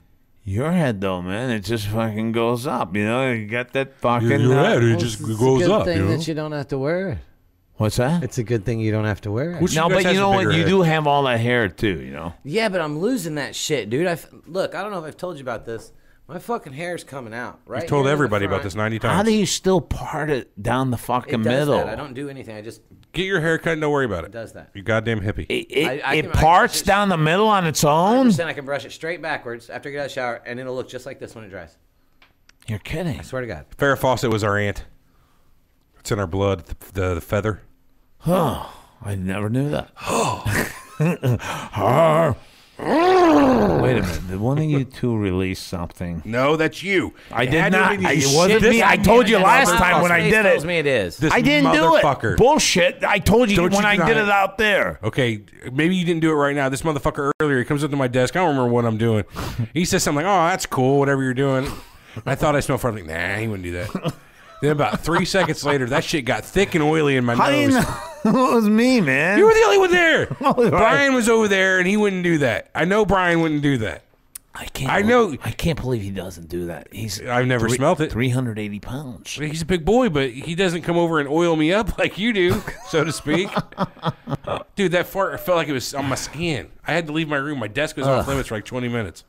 Speaker 3: Your head, though, man, it just fucking goes up. You know, you got that fucking. uh,
Speaker 6: it
Speaker 8: It's a good thing that you don't have to wear. it.
Speaker 3: What's that?
Speaker 8: It's a good thing you don't have to wear. it.
Speaker 6: Which
Speaker 3: No,
Speaker 6: of you guys
Speaker 3: but you
Speaker 6: has
Speaker 3: know
Speaker 6: the
Speaker 3: what?
Speaker 6: bigger
Speaker 3: You
Speaker 6: head?
Speaker 3: do have all that hair too. You know.
Speaker 8: Yeah, but I'm losing that shit, dude. I f- look. I don't know if I've told you about this. My fucking hair's coming out. Right.
Speaker 6: I've told
Speaker 8: here in the
Speaker 6: everybody about
Speaker 8: front.
Speaker 6: this 90 times.
Speaker 3: How do you still part it down the
Speaker 8: It
Speaker 3: fucking
Speaker 8: does
Speaker 3: middle?
Speaker 8: That. I don't do anything. I just
Speaker 6: Get your hair cut and don't worry about it.
Speaker 8: does that.
Speaker 6: You goddamn hippie.
Speaker 3: It, it,
Speaker 8: I- I
Speaker 3: it
Speaker 8: can- I can
Speaker 3: parts
Speaker 8: just-
Speaker 3: down the middle on its own.
Speaker 8: Then I can brush it straight backwards after I get out of the shower, and it'll look just like this when it dries.
Speaker 3: You're kidding.
Speaker 8: Swear to God.
Speaker 6: Farrah Fawcett was our aunt. It's in our blood, the, the, the feather.
Speaker 3: Huh. I never knew that. Wait a minute. Did one of you two release something?
Speaker 6: No, that's you.
Speaker 3: I
Speaker 6: It
Speaker 3: did
Speaker 6: had to
Speaker 3: not.
Speaker 6: have been
Speaker 3: I-
Speaker 6: you.
Speaker 3: it wasn't
Speaker 6: Shit,
Speaker 3: me. I
Speaker 6: this-
Speaker 3: told you last
Speaker 8: My
Speaker 3: time when I
Speaker 8: face
Speaker 3: did
Speaker 8: tells
Speaker 3: it.
Speaker 8: me it is.
Speaker 6: this
Speaker 3: I didn't do
Speaker 6: motherfucker.
Speaker 3: it. Bullshit. I told you
Speaker 6: Don't
Speaker 3: when
Speaker 6: you
Speaker 3: I did
Speaker 6: deny it.
Speaker 3: it out there.
Speaker 6: Okay, maybe you didn't do it right now. This motherfucker earlier, he comes up to my desk. I don't remember what I'm doing. He says something like, "Oh, that's cool, whatever you're doing." I thought I smelled fart. I'm like, nah, he wouldn't do that. then about three seconds later, that shit got thick and oily in my
Speaker 3: How do you
Speaker 6: nose.
Speaker 3: know it was me, man?
Speaker 6: You were the only one there.
Speaker 3: Oh, right.
Speaker 6: Brian was over there, and he wouldn't do that. I know Brian wouldn't do that.
Speaker 3: I can't.
Speaker 6: I know-
Speaker 3: I can't believe he doesn't do that. He's.
Speaker 6: I've never smelt it.
Speaker 3: Three hundred eighty pounds.
Speaker 6: He's a big boy, but he doesn't come over and oil me up like you do, so to speak. Dude, that fart felt like it was on my skin. I had to leave my room. My desk was off limits for like 20 minutes.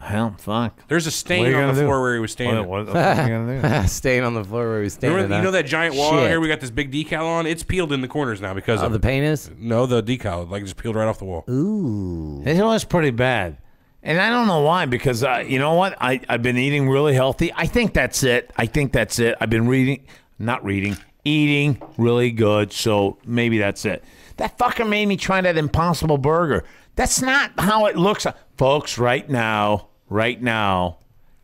Speaker 3: Hell, fuck.
Speaker 6: There's a stain on the floor where he was standing.
Speaker 8: Ah, Staying on the floor where we stand.
Speaker 6: Remember, you know that giant wall out
Speaker 8: Shit.
Speaker 6: here? We got this big decal on. It's peeled in the corners now because
Speaker 8: Oh,
Speaker 6: of
Speaker 8: the
Speaker 6: the
Speaker 8: pain is?
Speaker 6: no, the decal like just peeled right off the wall.
Speaker 3: It was pretty bad. And I don't know why, because uh, you know what? I, I've been eating really healthy. I think that's it. I think that's it. I've been reading, not reading, eating really good. So maybe that's it. That fucker made me try that impossible burger. That's not how it looks. Folks, right now, right now,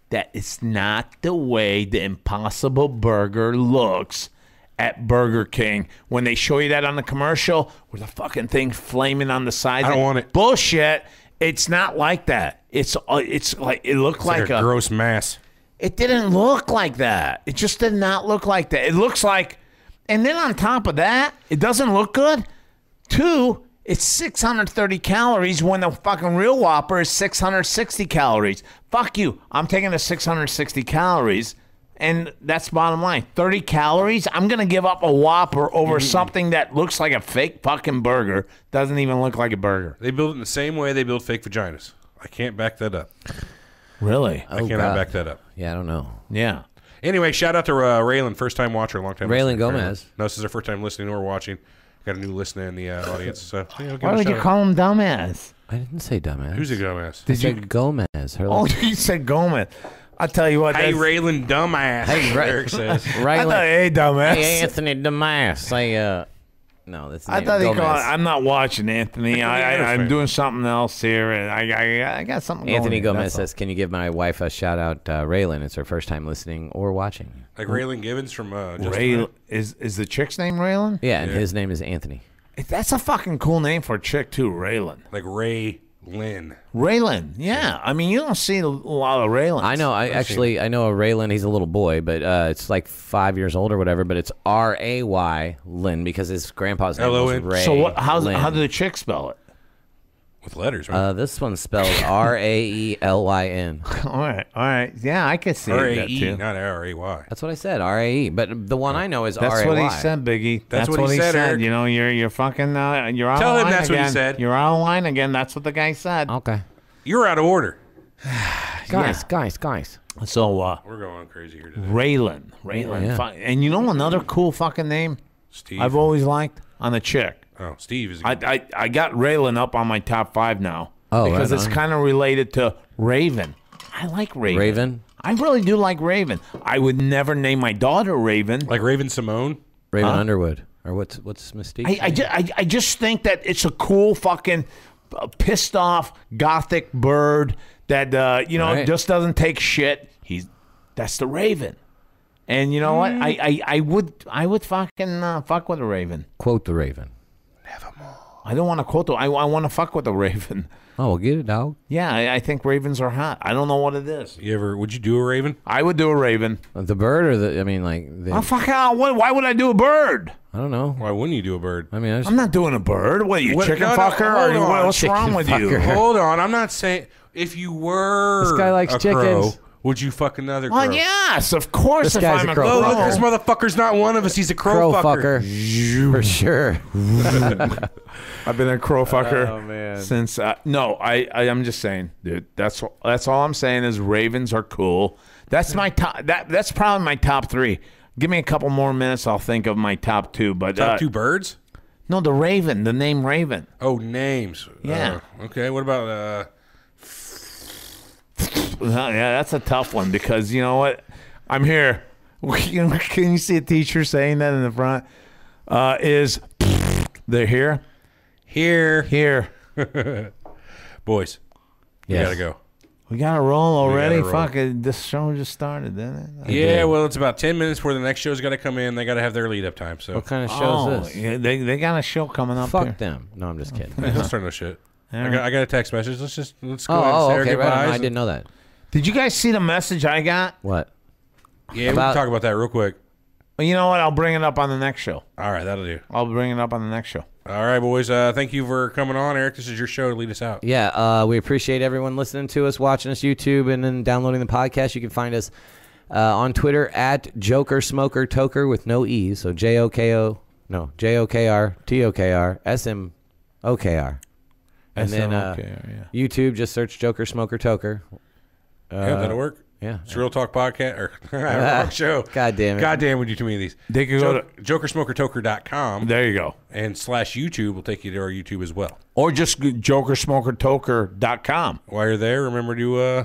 Speaker 3: that is not the way the impossible burger looks at Burger King. When they show you that on the commercial, with the fucking thing flaming on the side.
Speaker 6: I don't want it.
Speaker 3: Bullshit. It's not like that. It's uh, it's like it looked
Speaker 6: It's
Speaker 3: like,
Speaker 6: like a
Speaker 3: a.
Speaker 6: gross mass.
Speaker 3: It didn't look like that. It just did not look like that. It looks like, and then on top of that, it doesn't look good. Two, it's 630 calories when the fucking real Whopper is 660 calories. Fuck you. I'm taking the 660 calories, and that's bottom line. 30 calories. I'm gonna give up a Whopper over something that looks like a fake fucking burger. Doesn't even look like a burger.
Speaker 6: They build it in the same way they build fake vaginas. I can't back that up.
Speaker 3: Really?
Speaker 6: I cannot back that up.
Speaker 8: Yeah, I don't know.
Speaker 3: Yeah.
Speaker 6: Anyway, shout out to uh, Raylan, first time watcher, long time.
Speaker 8: Raylan
Speaker 6: listener.
Speaker 8: Gomez.
Speaker 6: No, this is our first time listening or watching. Got a new listener in the uh, audience. So yeah, give
Speaker 3: Why
Speaker 6: it a
Speaker 3: would you
Speaker 6: shout out.
Speaker 3: call him dumbass?
Speaker 8: I didn't say dumbass.
Speaker 6: Who's a dumbass?
Speaker 8: I said Gomez. Her
Speaker 3: Oh,
Speaker 8: last-
Speaker 3: you said Gomez. I tell you what.
Speaker 6: Hey,
Speaker 3: that's-
Speaker 6: Raylan, dumbass.
Speaker 8: Hey, Ray-
Speaker 6: Eric says.
Speaker 3: I
Speaker 8: Rylan-
Speaker 3: thought, hey, dumbass.
Speaker 8: Hey, Anthony Demas. I, uh, no, that's
Speaker 3: I thought he
Speaker 8: Gomez.
Speaker 3: called. I'm not watching Anthony. I, I, I'm
Speaker 6: Anderson.
Speaker 3: doing something else here, and I, I, I got something.
Speaker 8: Anthony
Speaker 3: going
Speaker 8: Gomez says, "Can you give my wife a shout out, uh, Raylan? It's her first time listening or watching."
Speaker 6: Like Raylan Givens from uh, Just
Speaker 3: Ray,
Speaker 6: Right.
Speaker 3: is is the chick's name Raylan?
Speaker 8: Yeah, and his name is Anthony.
Speaker 3: That's a fucking cool name for a chick too, Raylan.
Speaker 6: like Ray Lynn.
Speaker 3: Raylan. Yeah, I mean you don't see a lot of Raylans.
Speaker 8: I know. I actually I know a Raylan. He's a little boy, but uh, it's like five years old or whatever. But it's R A Y Lynn because his grandpa's name was
Speaker 6: L O N.
Speaker 8: Ray.
Speaker 3: So what? How
Speaker 8: Lynn.
Speaker 3: how do the chicks spell it?
Speaker 6: With letters, right?
Speaker 8: Uh, this one's spelled R A E L Y N.
Speaker 3: All right, all right. Yeah, I could see
Speaker 6: R
Speaker 3: that
Speaker 6: A E,
Speaker 3: too.
Speaker 6: not R A Y.
Speaker 8: That's what I said. R A E. But the one I know is R A Y.
Speaker 3: That's what he said, Biggie. That's,
Speaker 6: what
Speaker 3: what,
Speaker 6: he
Speaker 3: he
Speaker 6: said,
Speaker 3: said.
Speaker 6: Eric.
Speaker 3: You know, you're you're fucking uh, you're out
Speaker 6: Tell
Speaker 3: of
Speaker 6: him
Speaker 3: line
Speaker 6: that's what he
Speaker 3: again.
Speaker 6: said.
Speaker 3: You're out of line again. That's what the guy said.
Speaker 8: Okay,
Speaker 6: You're out of order.
Speaker 8: guys, guys, guys.
Speaker 3: So uh,
Speaker 6: We're going crazy here today.
Speaker 3: Raylan, Raylan,
Speaker 8: Yeah.
Speaker 3: Fi- and you know another cool fucking name
Speaker 6: Steve.
Speaker 3: I've always liked on a chick.
Speaker 6: oh, Steve is. a
Speaker 3: I
Speaker 6: good-
Speaker 3: I, I got Raylan up on my top five now
Speaker 8: Oh,
Speaker 3: because
Speaker 8: right
Speaker 3: it's
Speaker 8: on.
Speaker 3: kind of related to Raven. I like Raven.
Speaker 8: Raven?
Speaker 3: I really do like Raven. I would never name my daughter Raven.
Speaker 6: like Raven Simone.
Speaker 8: Raven Underwood, or what's what's Mystique?
Speaker 3: I, I, ju- I, I just think that it's a cool fucking uh, pissed off gothic bird that uh, you know
Speaker 8: Right.
Speaker 3: just doesn't take shit. He's that's the Raven, and you know what? I, I, I would I would fucking uh, fuck with a Raven.
Speaker 8: Quote the Raven.
Speaker 3: I don't want to quote. The, I I want to fuck with a Raven.
Speaker 8: Oh, well, get it, dog.
Speaker 3: Yeah, I, I think Ravens are hot. I don't know what it is.
Speaker 6: You ever? Would you do a Raven?
Speaker 3: I would do a Raven.
Speaker 6: Oh.
Speaker 8: The bird, or the I mean, like the,
Speaker 3: Oh, fuck out. What, why would I do a bird?
Speaker 8: I don't know.
Speaker 6: Why wouldn't you do a bird?
Speaker 8: I mean, I just,
Speaker 3: I'm not doing a bird. What are you,
Speaker 6: What-
Speaker 3: chicken
Speaker 6: no, no,
Speaker 3: fucker?
Speaker 6: hold
Speaker 3: Or
Speaker 6: on,
Speaker 3: what- what's
Speaker 8: chicken
Speaker 3: wrong with you?
Speaker 8: fucker.
Speaker 6: Hold on, I'm not saying if you were
Speaker 8: This guy likes
Speaker 6: a crow,
Speaker 8: chickens.
Speaker 6: would you fuck another crow?
Speaker 3: Well, yes, of course.
Speaker 8: This
Speaker 3: if
Speaker 8: guy's
Speaker 3: I'm
Speaker 8: a
Speaker 3: a
Speaker 8: crow
Speaker 6: Oh,
Speaker 3: crow.
Speaker 6: look, this motherfucker's not one of us. He's a crow,
Speaker 8: crow fucker, for sure.
Speaker 3: I've been a crow fucker since. Uh, no, I, I I'm just saying, dude. That's that's all I'm saying is Ravens are cool. That's my top. That that's probably my top three. Give me a couple more minutes. I'll think of my top two. But
Speaker 6: Top
Speaker 3: uh,
Speaker 6: two birds?
Speaker 3: No, the Raven. The name Raven.
Speaker 6: Oh, names.
Speaker 3: Yeah.
Speaker 6: Uh, okay. What about uh?
Speaker 3: Uh, yeah, that's a tough one because you know what? I'm here. You know, Can you see a teacher saying that in the front? Uh, is They're here.
Speaker 6: Here,
Speaker 3: Here.
Speaker 6: boys, we gotta go.
Speaker 3: We got to roll already.
Speaker 6: roll.
Speaker 3: Fuck it. This show just started, didn't it?
Speaker 6: Yeah, well, it's about ten minutes before the next show's got to come in. They got to have their lead up time. So
Speaker 8: What kind of show
Speaker 3: Oh,
Speaker 8: is this?
Speaker 3: yeah, they they got a show coming up. here.
Speaker 8: Fuck them. No, I'm just kidding.
Speaker 6: Yeah,
Speaker 3: Uh-huh.
Speaker 6: don't start no shit. I got, I got a text message. Let's just let's go ahead and
Speaker 8: oh,
Speaker 6: say
Speaker 8: oh,
Speaker 6: our
Speaker 8: okay. Right on.
Speaker 6: goodbyes.
Speaker 8: I didn't know that.
Speaker 3: Did you guys see the message I got?
Speaker 8: What?
Speaker 6: Yeah, we can
Speaker 8: About-
Speaker 6: talk about that real quick.
Speaker 3: Well, you know what? I'll bring it up on the next show.
Speaker 6: All right, that'll do.
Speaker 3: I'll bring it up on the next show.
Speaker 6: All right, boys. Uh, thank you for coming on, Eric. This is your show to lead us out.
Speaker 8: Yeah, uh, we appreciate everyone listening to us, watching us YouTube, and then downloading the podcast. You can find us uh, on Twitter at Joker Smoker Toker with no E. So J O K O, no, J O K R T O K R S M O K R. And then uh,
Speaker 3: SMOKR,
Speaker 8: YouTube, just search Joker Smoker Toker.
Speaker 6: yeah, that'll work.
Speaker 8: yeah.
Speaker 6: it's a real talk podcast or wrong show.
Speaker 8: God damn it.
Speaker 6: God damn, we do too many of these.
Speaker 3: They could go
Speaker 6: Joker, jokersmokertoker.com
Speaker 3: There you go.
Speaker 6: and slash YouTube will take you to our YouTube as well.
Speaker 3: Or just go- jokersmokertoker.com.
Speaker 6: While you're there, remember to uh,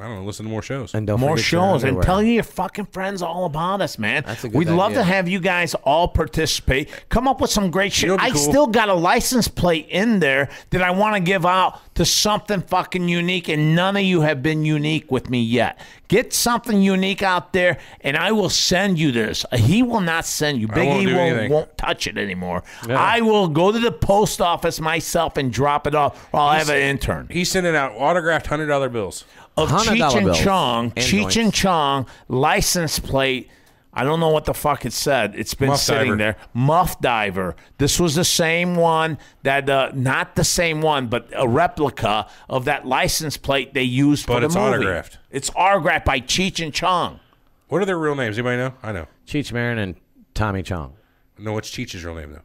Speaker 6: I don't know, listen to more shows.
Speaker 8: And don't
Speaker 3: More
Speaker 8: forget your
Speaker 3: shows and
Speaker 8: underwear.
Speaker 3: tell your fucking friends all about us, man.
Speaker 8: That's a good
Speaker 3: We'd love
Speaker 8: idea.
Speaker 3: to have you guys all participate. Come up with some great shit.
Speaker 6: know what'd
Speaker 3: I
Speaker 6: be cool?
Speaker 3: still got a license plate in there that I want to give out to something fucking unique, and none of you have been unique with me yet. Get something unique out there, and I will send you this. He will not send you. Big
Speaker 6: won't
Speaker 3: E
Speaker 6: do
Speaker 3: will,
Speaker 6: anything.
Speaker 3: won't touch it anymore. I will go to the post office myself and drop it off. or I'll have an intern
Speaker 6: He's sending out autographed hundred dollar bills.
Speaker 3: of
Speaker 8: $100
Speaker 3: Cheech and
Speaker 8: bills
Speaker 3: Chong,
Speaker 8: and
Speaker 3: Cheech
Speaker 8: joints.
Speaker 3: and Chong license plate. I don't know what the fuck it said. It's been
Speaker 6: Muff
Speaker 3: sitting
Speaker 6: Diver.
Speaker 3: there. Muff Diver. This was the same one that, uh, not the same one, but a replica of that license plate they used for
Speaker 6: But
Speaker 3: the
Speaker 6: it's
Speaker 3: movie.
Speaker 6: autographed.
Speaker 3: It's autographed by Cheech and Chong.
Speaker 6: What are their real names? Anybody know? I know.
Speaker 8: Cheech Marin and Tommy Chong.
Speaker 6: No, what's Cheech's real name though?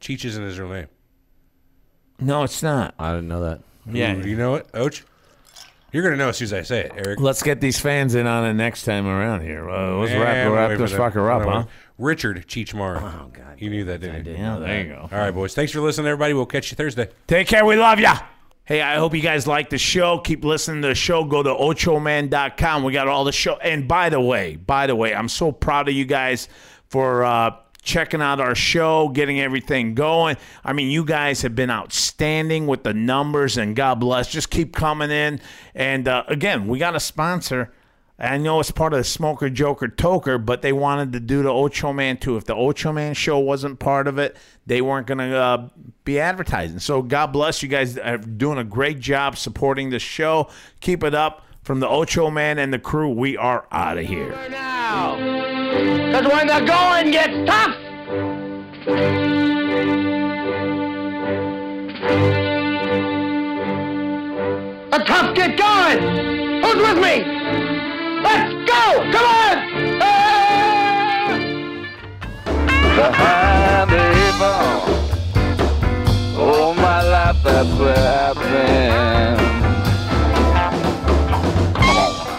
Speaker 6: Cheech isn't his real name.
Speaker 3: No, it's not.
Speaker 8: I didn't know that.
Speaker 3: Yeah.
Speaker 6: Ooh, do you know it, Oach? You're gonna know as soon as I say it, Eric.
Speaker 3: Let's get these fans in on it next time around here. Uh, let's
Speaker 6: Yeah,
Speaker 3: wrap,
Speaker 6: I'm
Speaker 3: wrap
Speaker 6: waiting
Speaker 3: this
Speaker 6: for that.
Speaker 3: fucker up,
Speaker 6: Hold on.
Speaker 3: huh?
Speaker 6: Richard Cheechmar. Oh God, you knew that, didn't you?
Speaker 3: Yeah, there you go.
Speaker 6: All right, boys. Thanks for listening, everybody. We'll catch you Thursday.
Speaker 3: Take care. We love ya. Hey, I hope you guys like the show. Keep listening to the show. Go to ochoman.com. We got all the show. And by the way, by the way, I'm so proud of you guys for uh, checking out our show, getting everything going. I mean, you guys have been outstanding with the numbers, and God bless. Just keep coming in. And uh, again, we got a sponsor. I know it's part of the Smoker Joker Toker, but they wanted to do the Ocho Man too. If the Ocho Man show wasn't part of it, they weren't going to uh, be advertising. So God bless you guys are doing a great job supporting the show. Keep it up. From the Ocho Man and the crew, we are out of here.
Speaker 4: now. Because when the going gets tough, the tough get going. Who's with me? Let's go! Come on! Ah!
Speaker 2: behind the eight ball. All Oh, my life that's where I've been.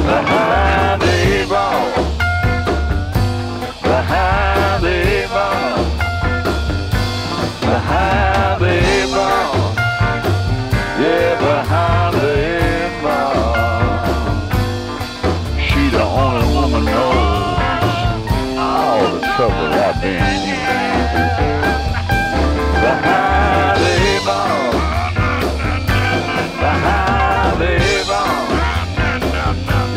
Speaker 2: Behind the eight ball. Behind the eight ball. Behind the eight ball. Yeah, behind the eight ball. She the only woman knows all the trouble I've been in. Behind the eight ball. Behind the eight ball.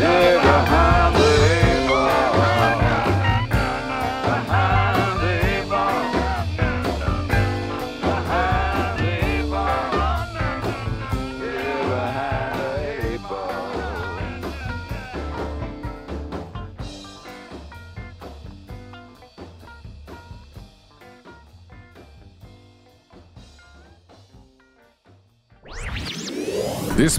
Speaker 2: Yeah, behind the eight ball. Behind the eight ball. Behind the eight ball. Yeah, behind the eight ball.
Speaker 12: This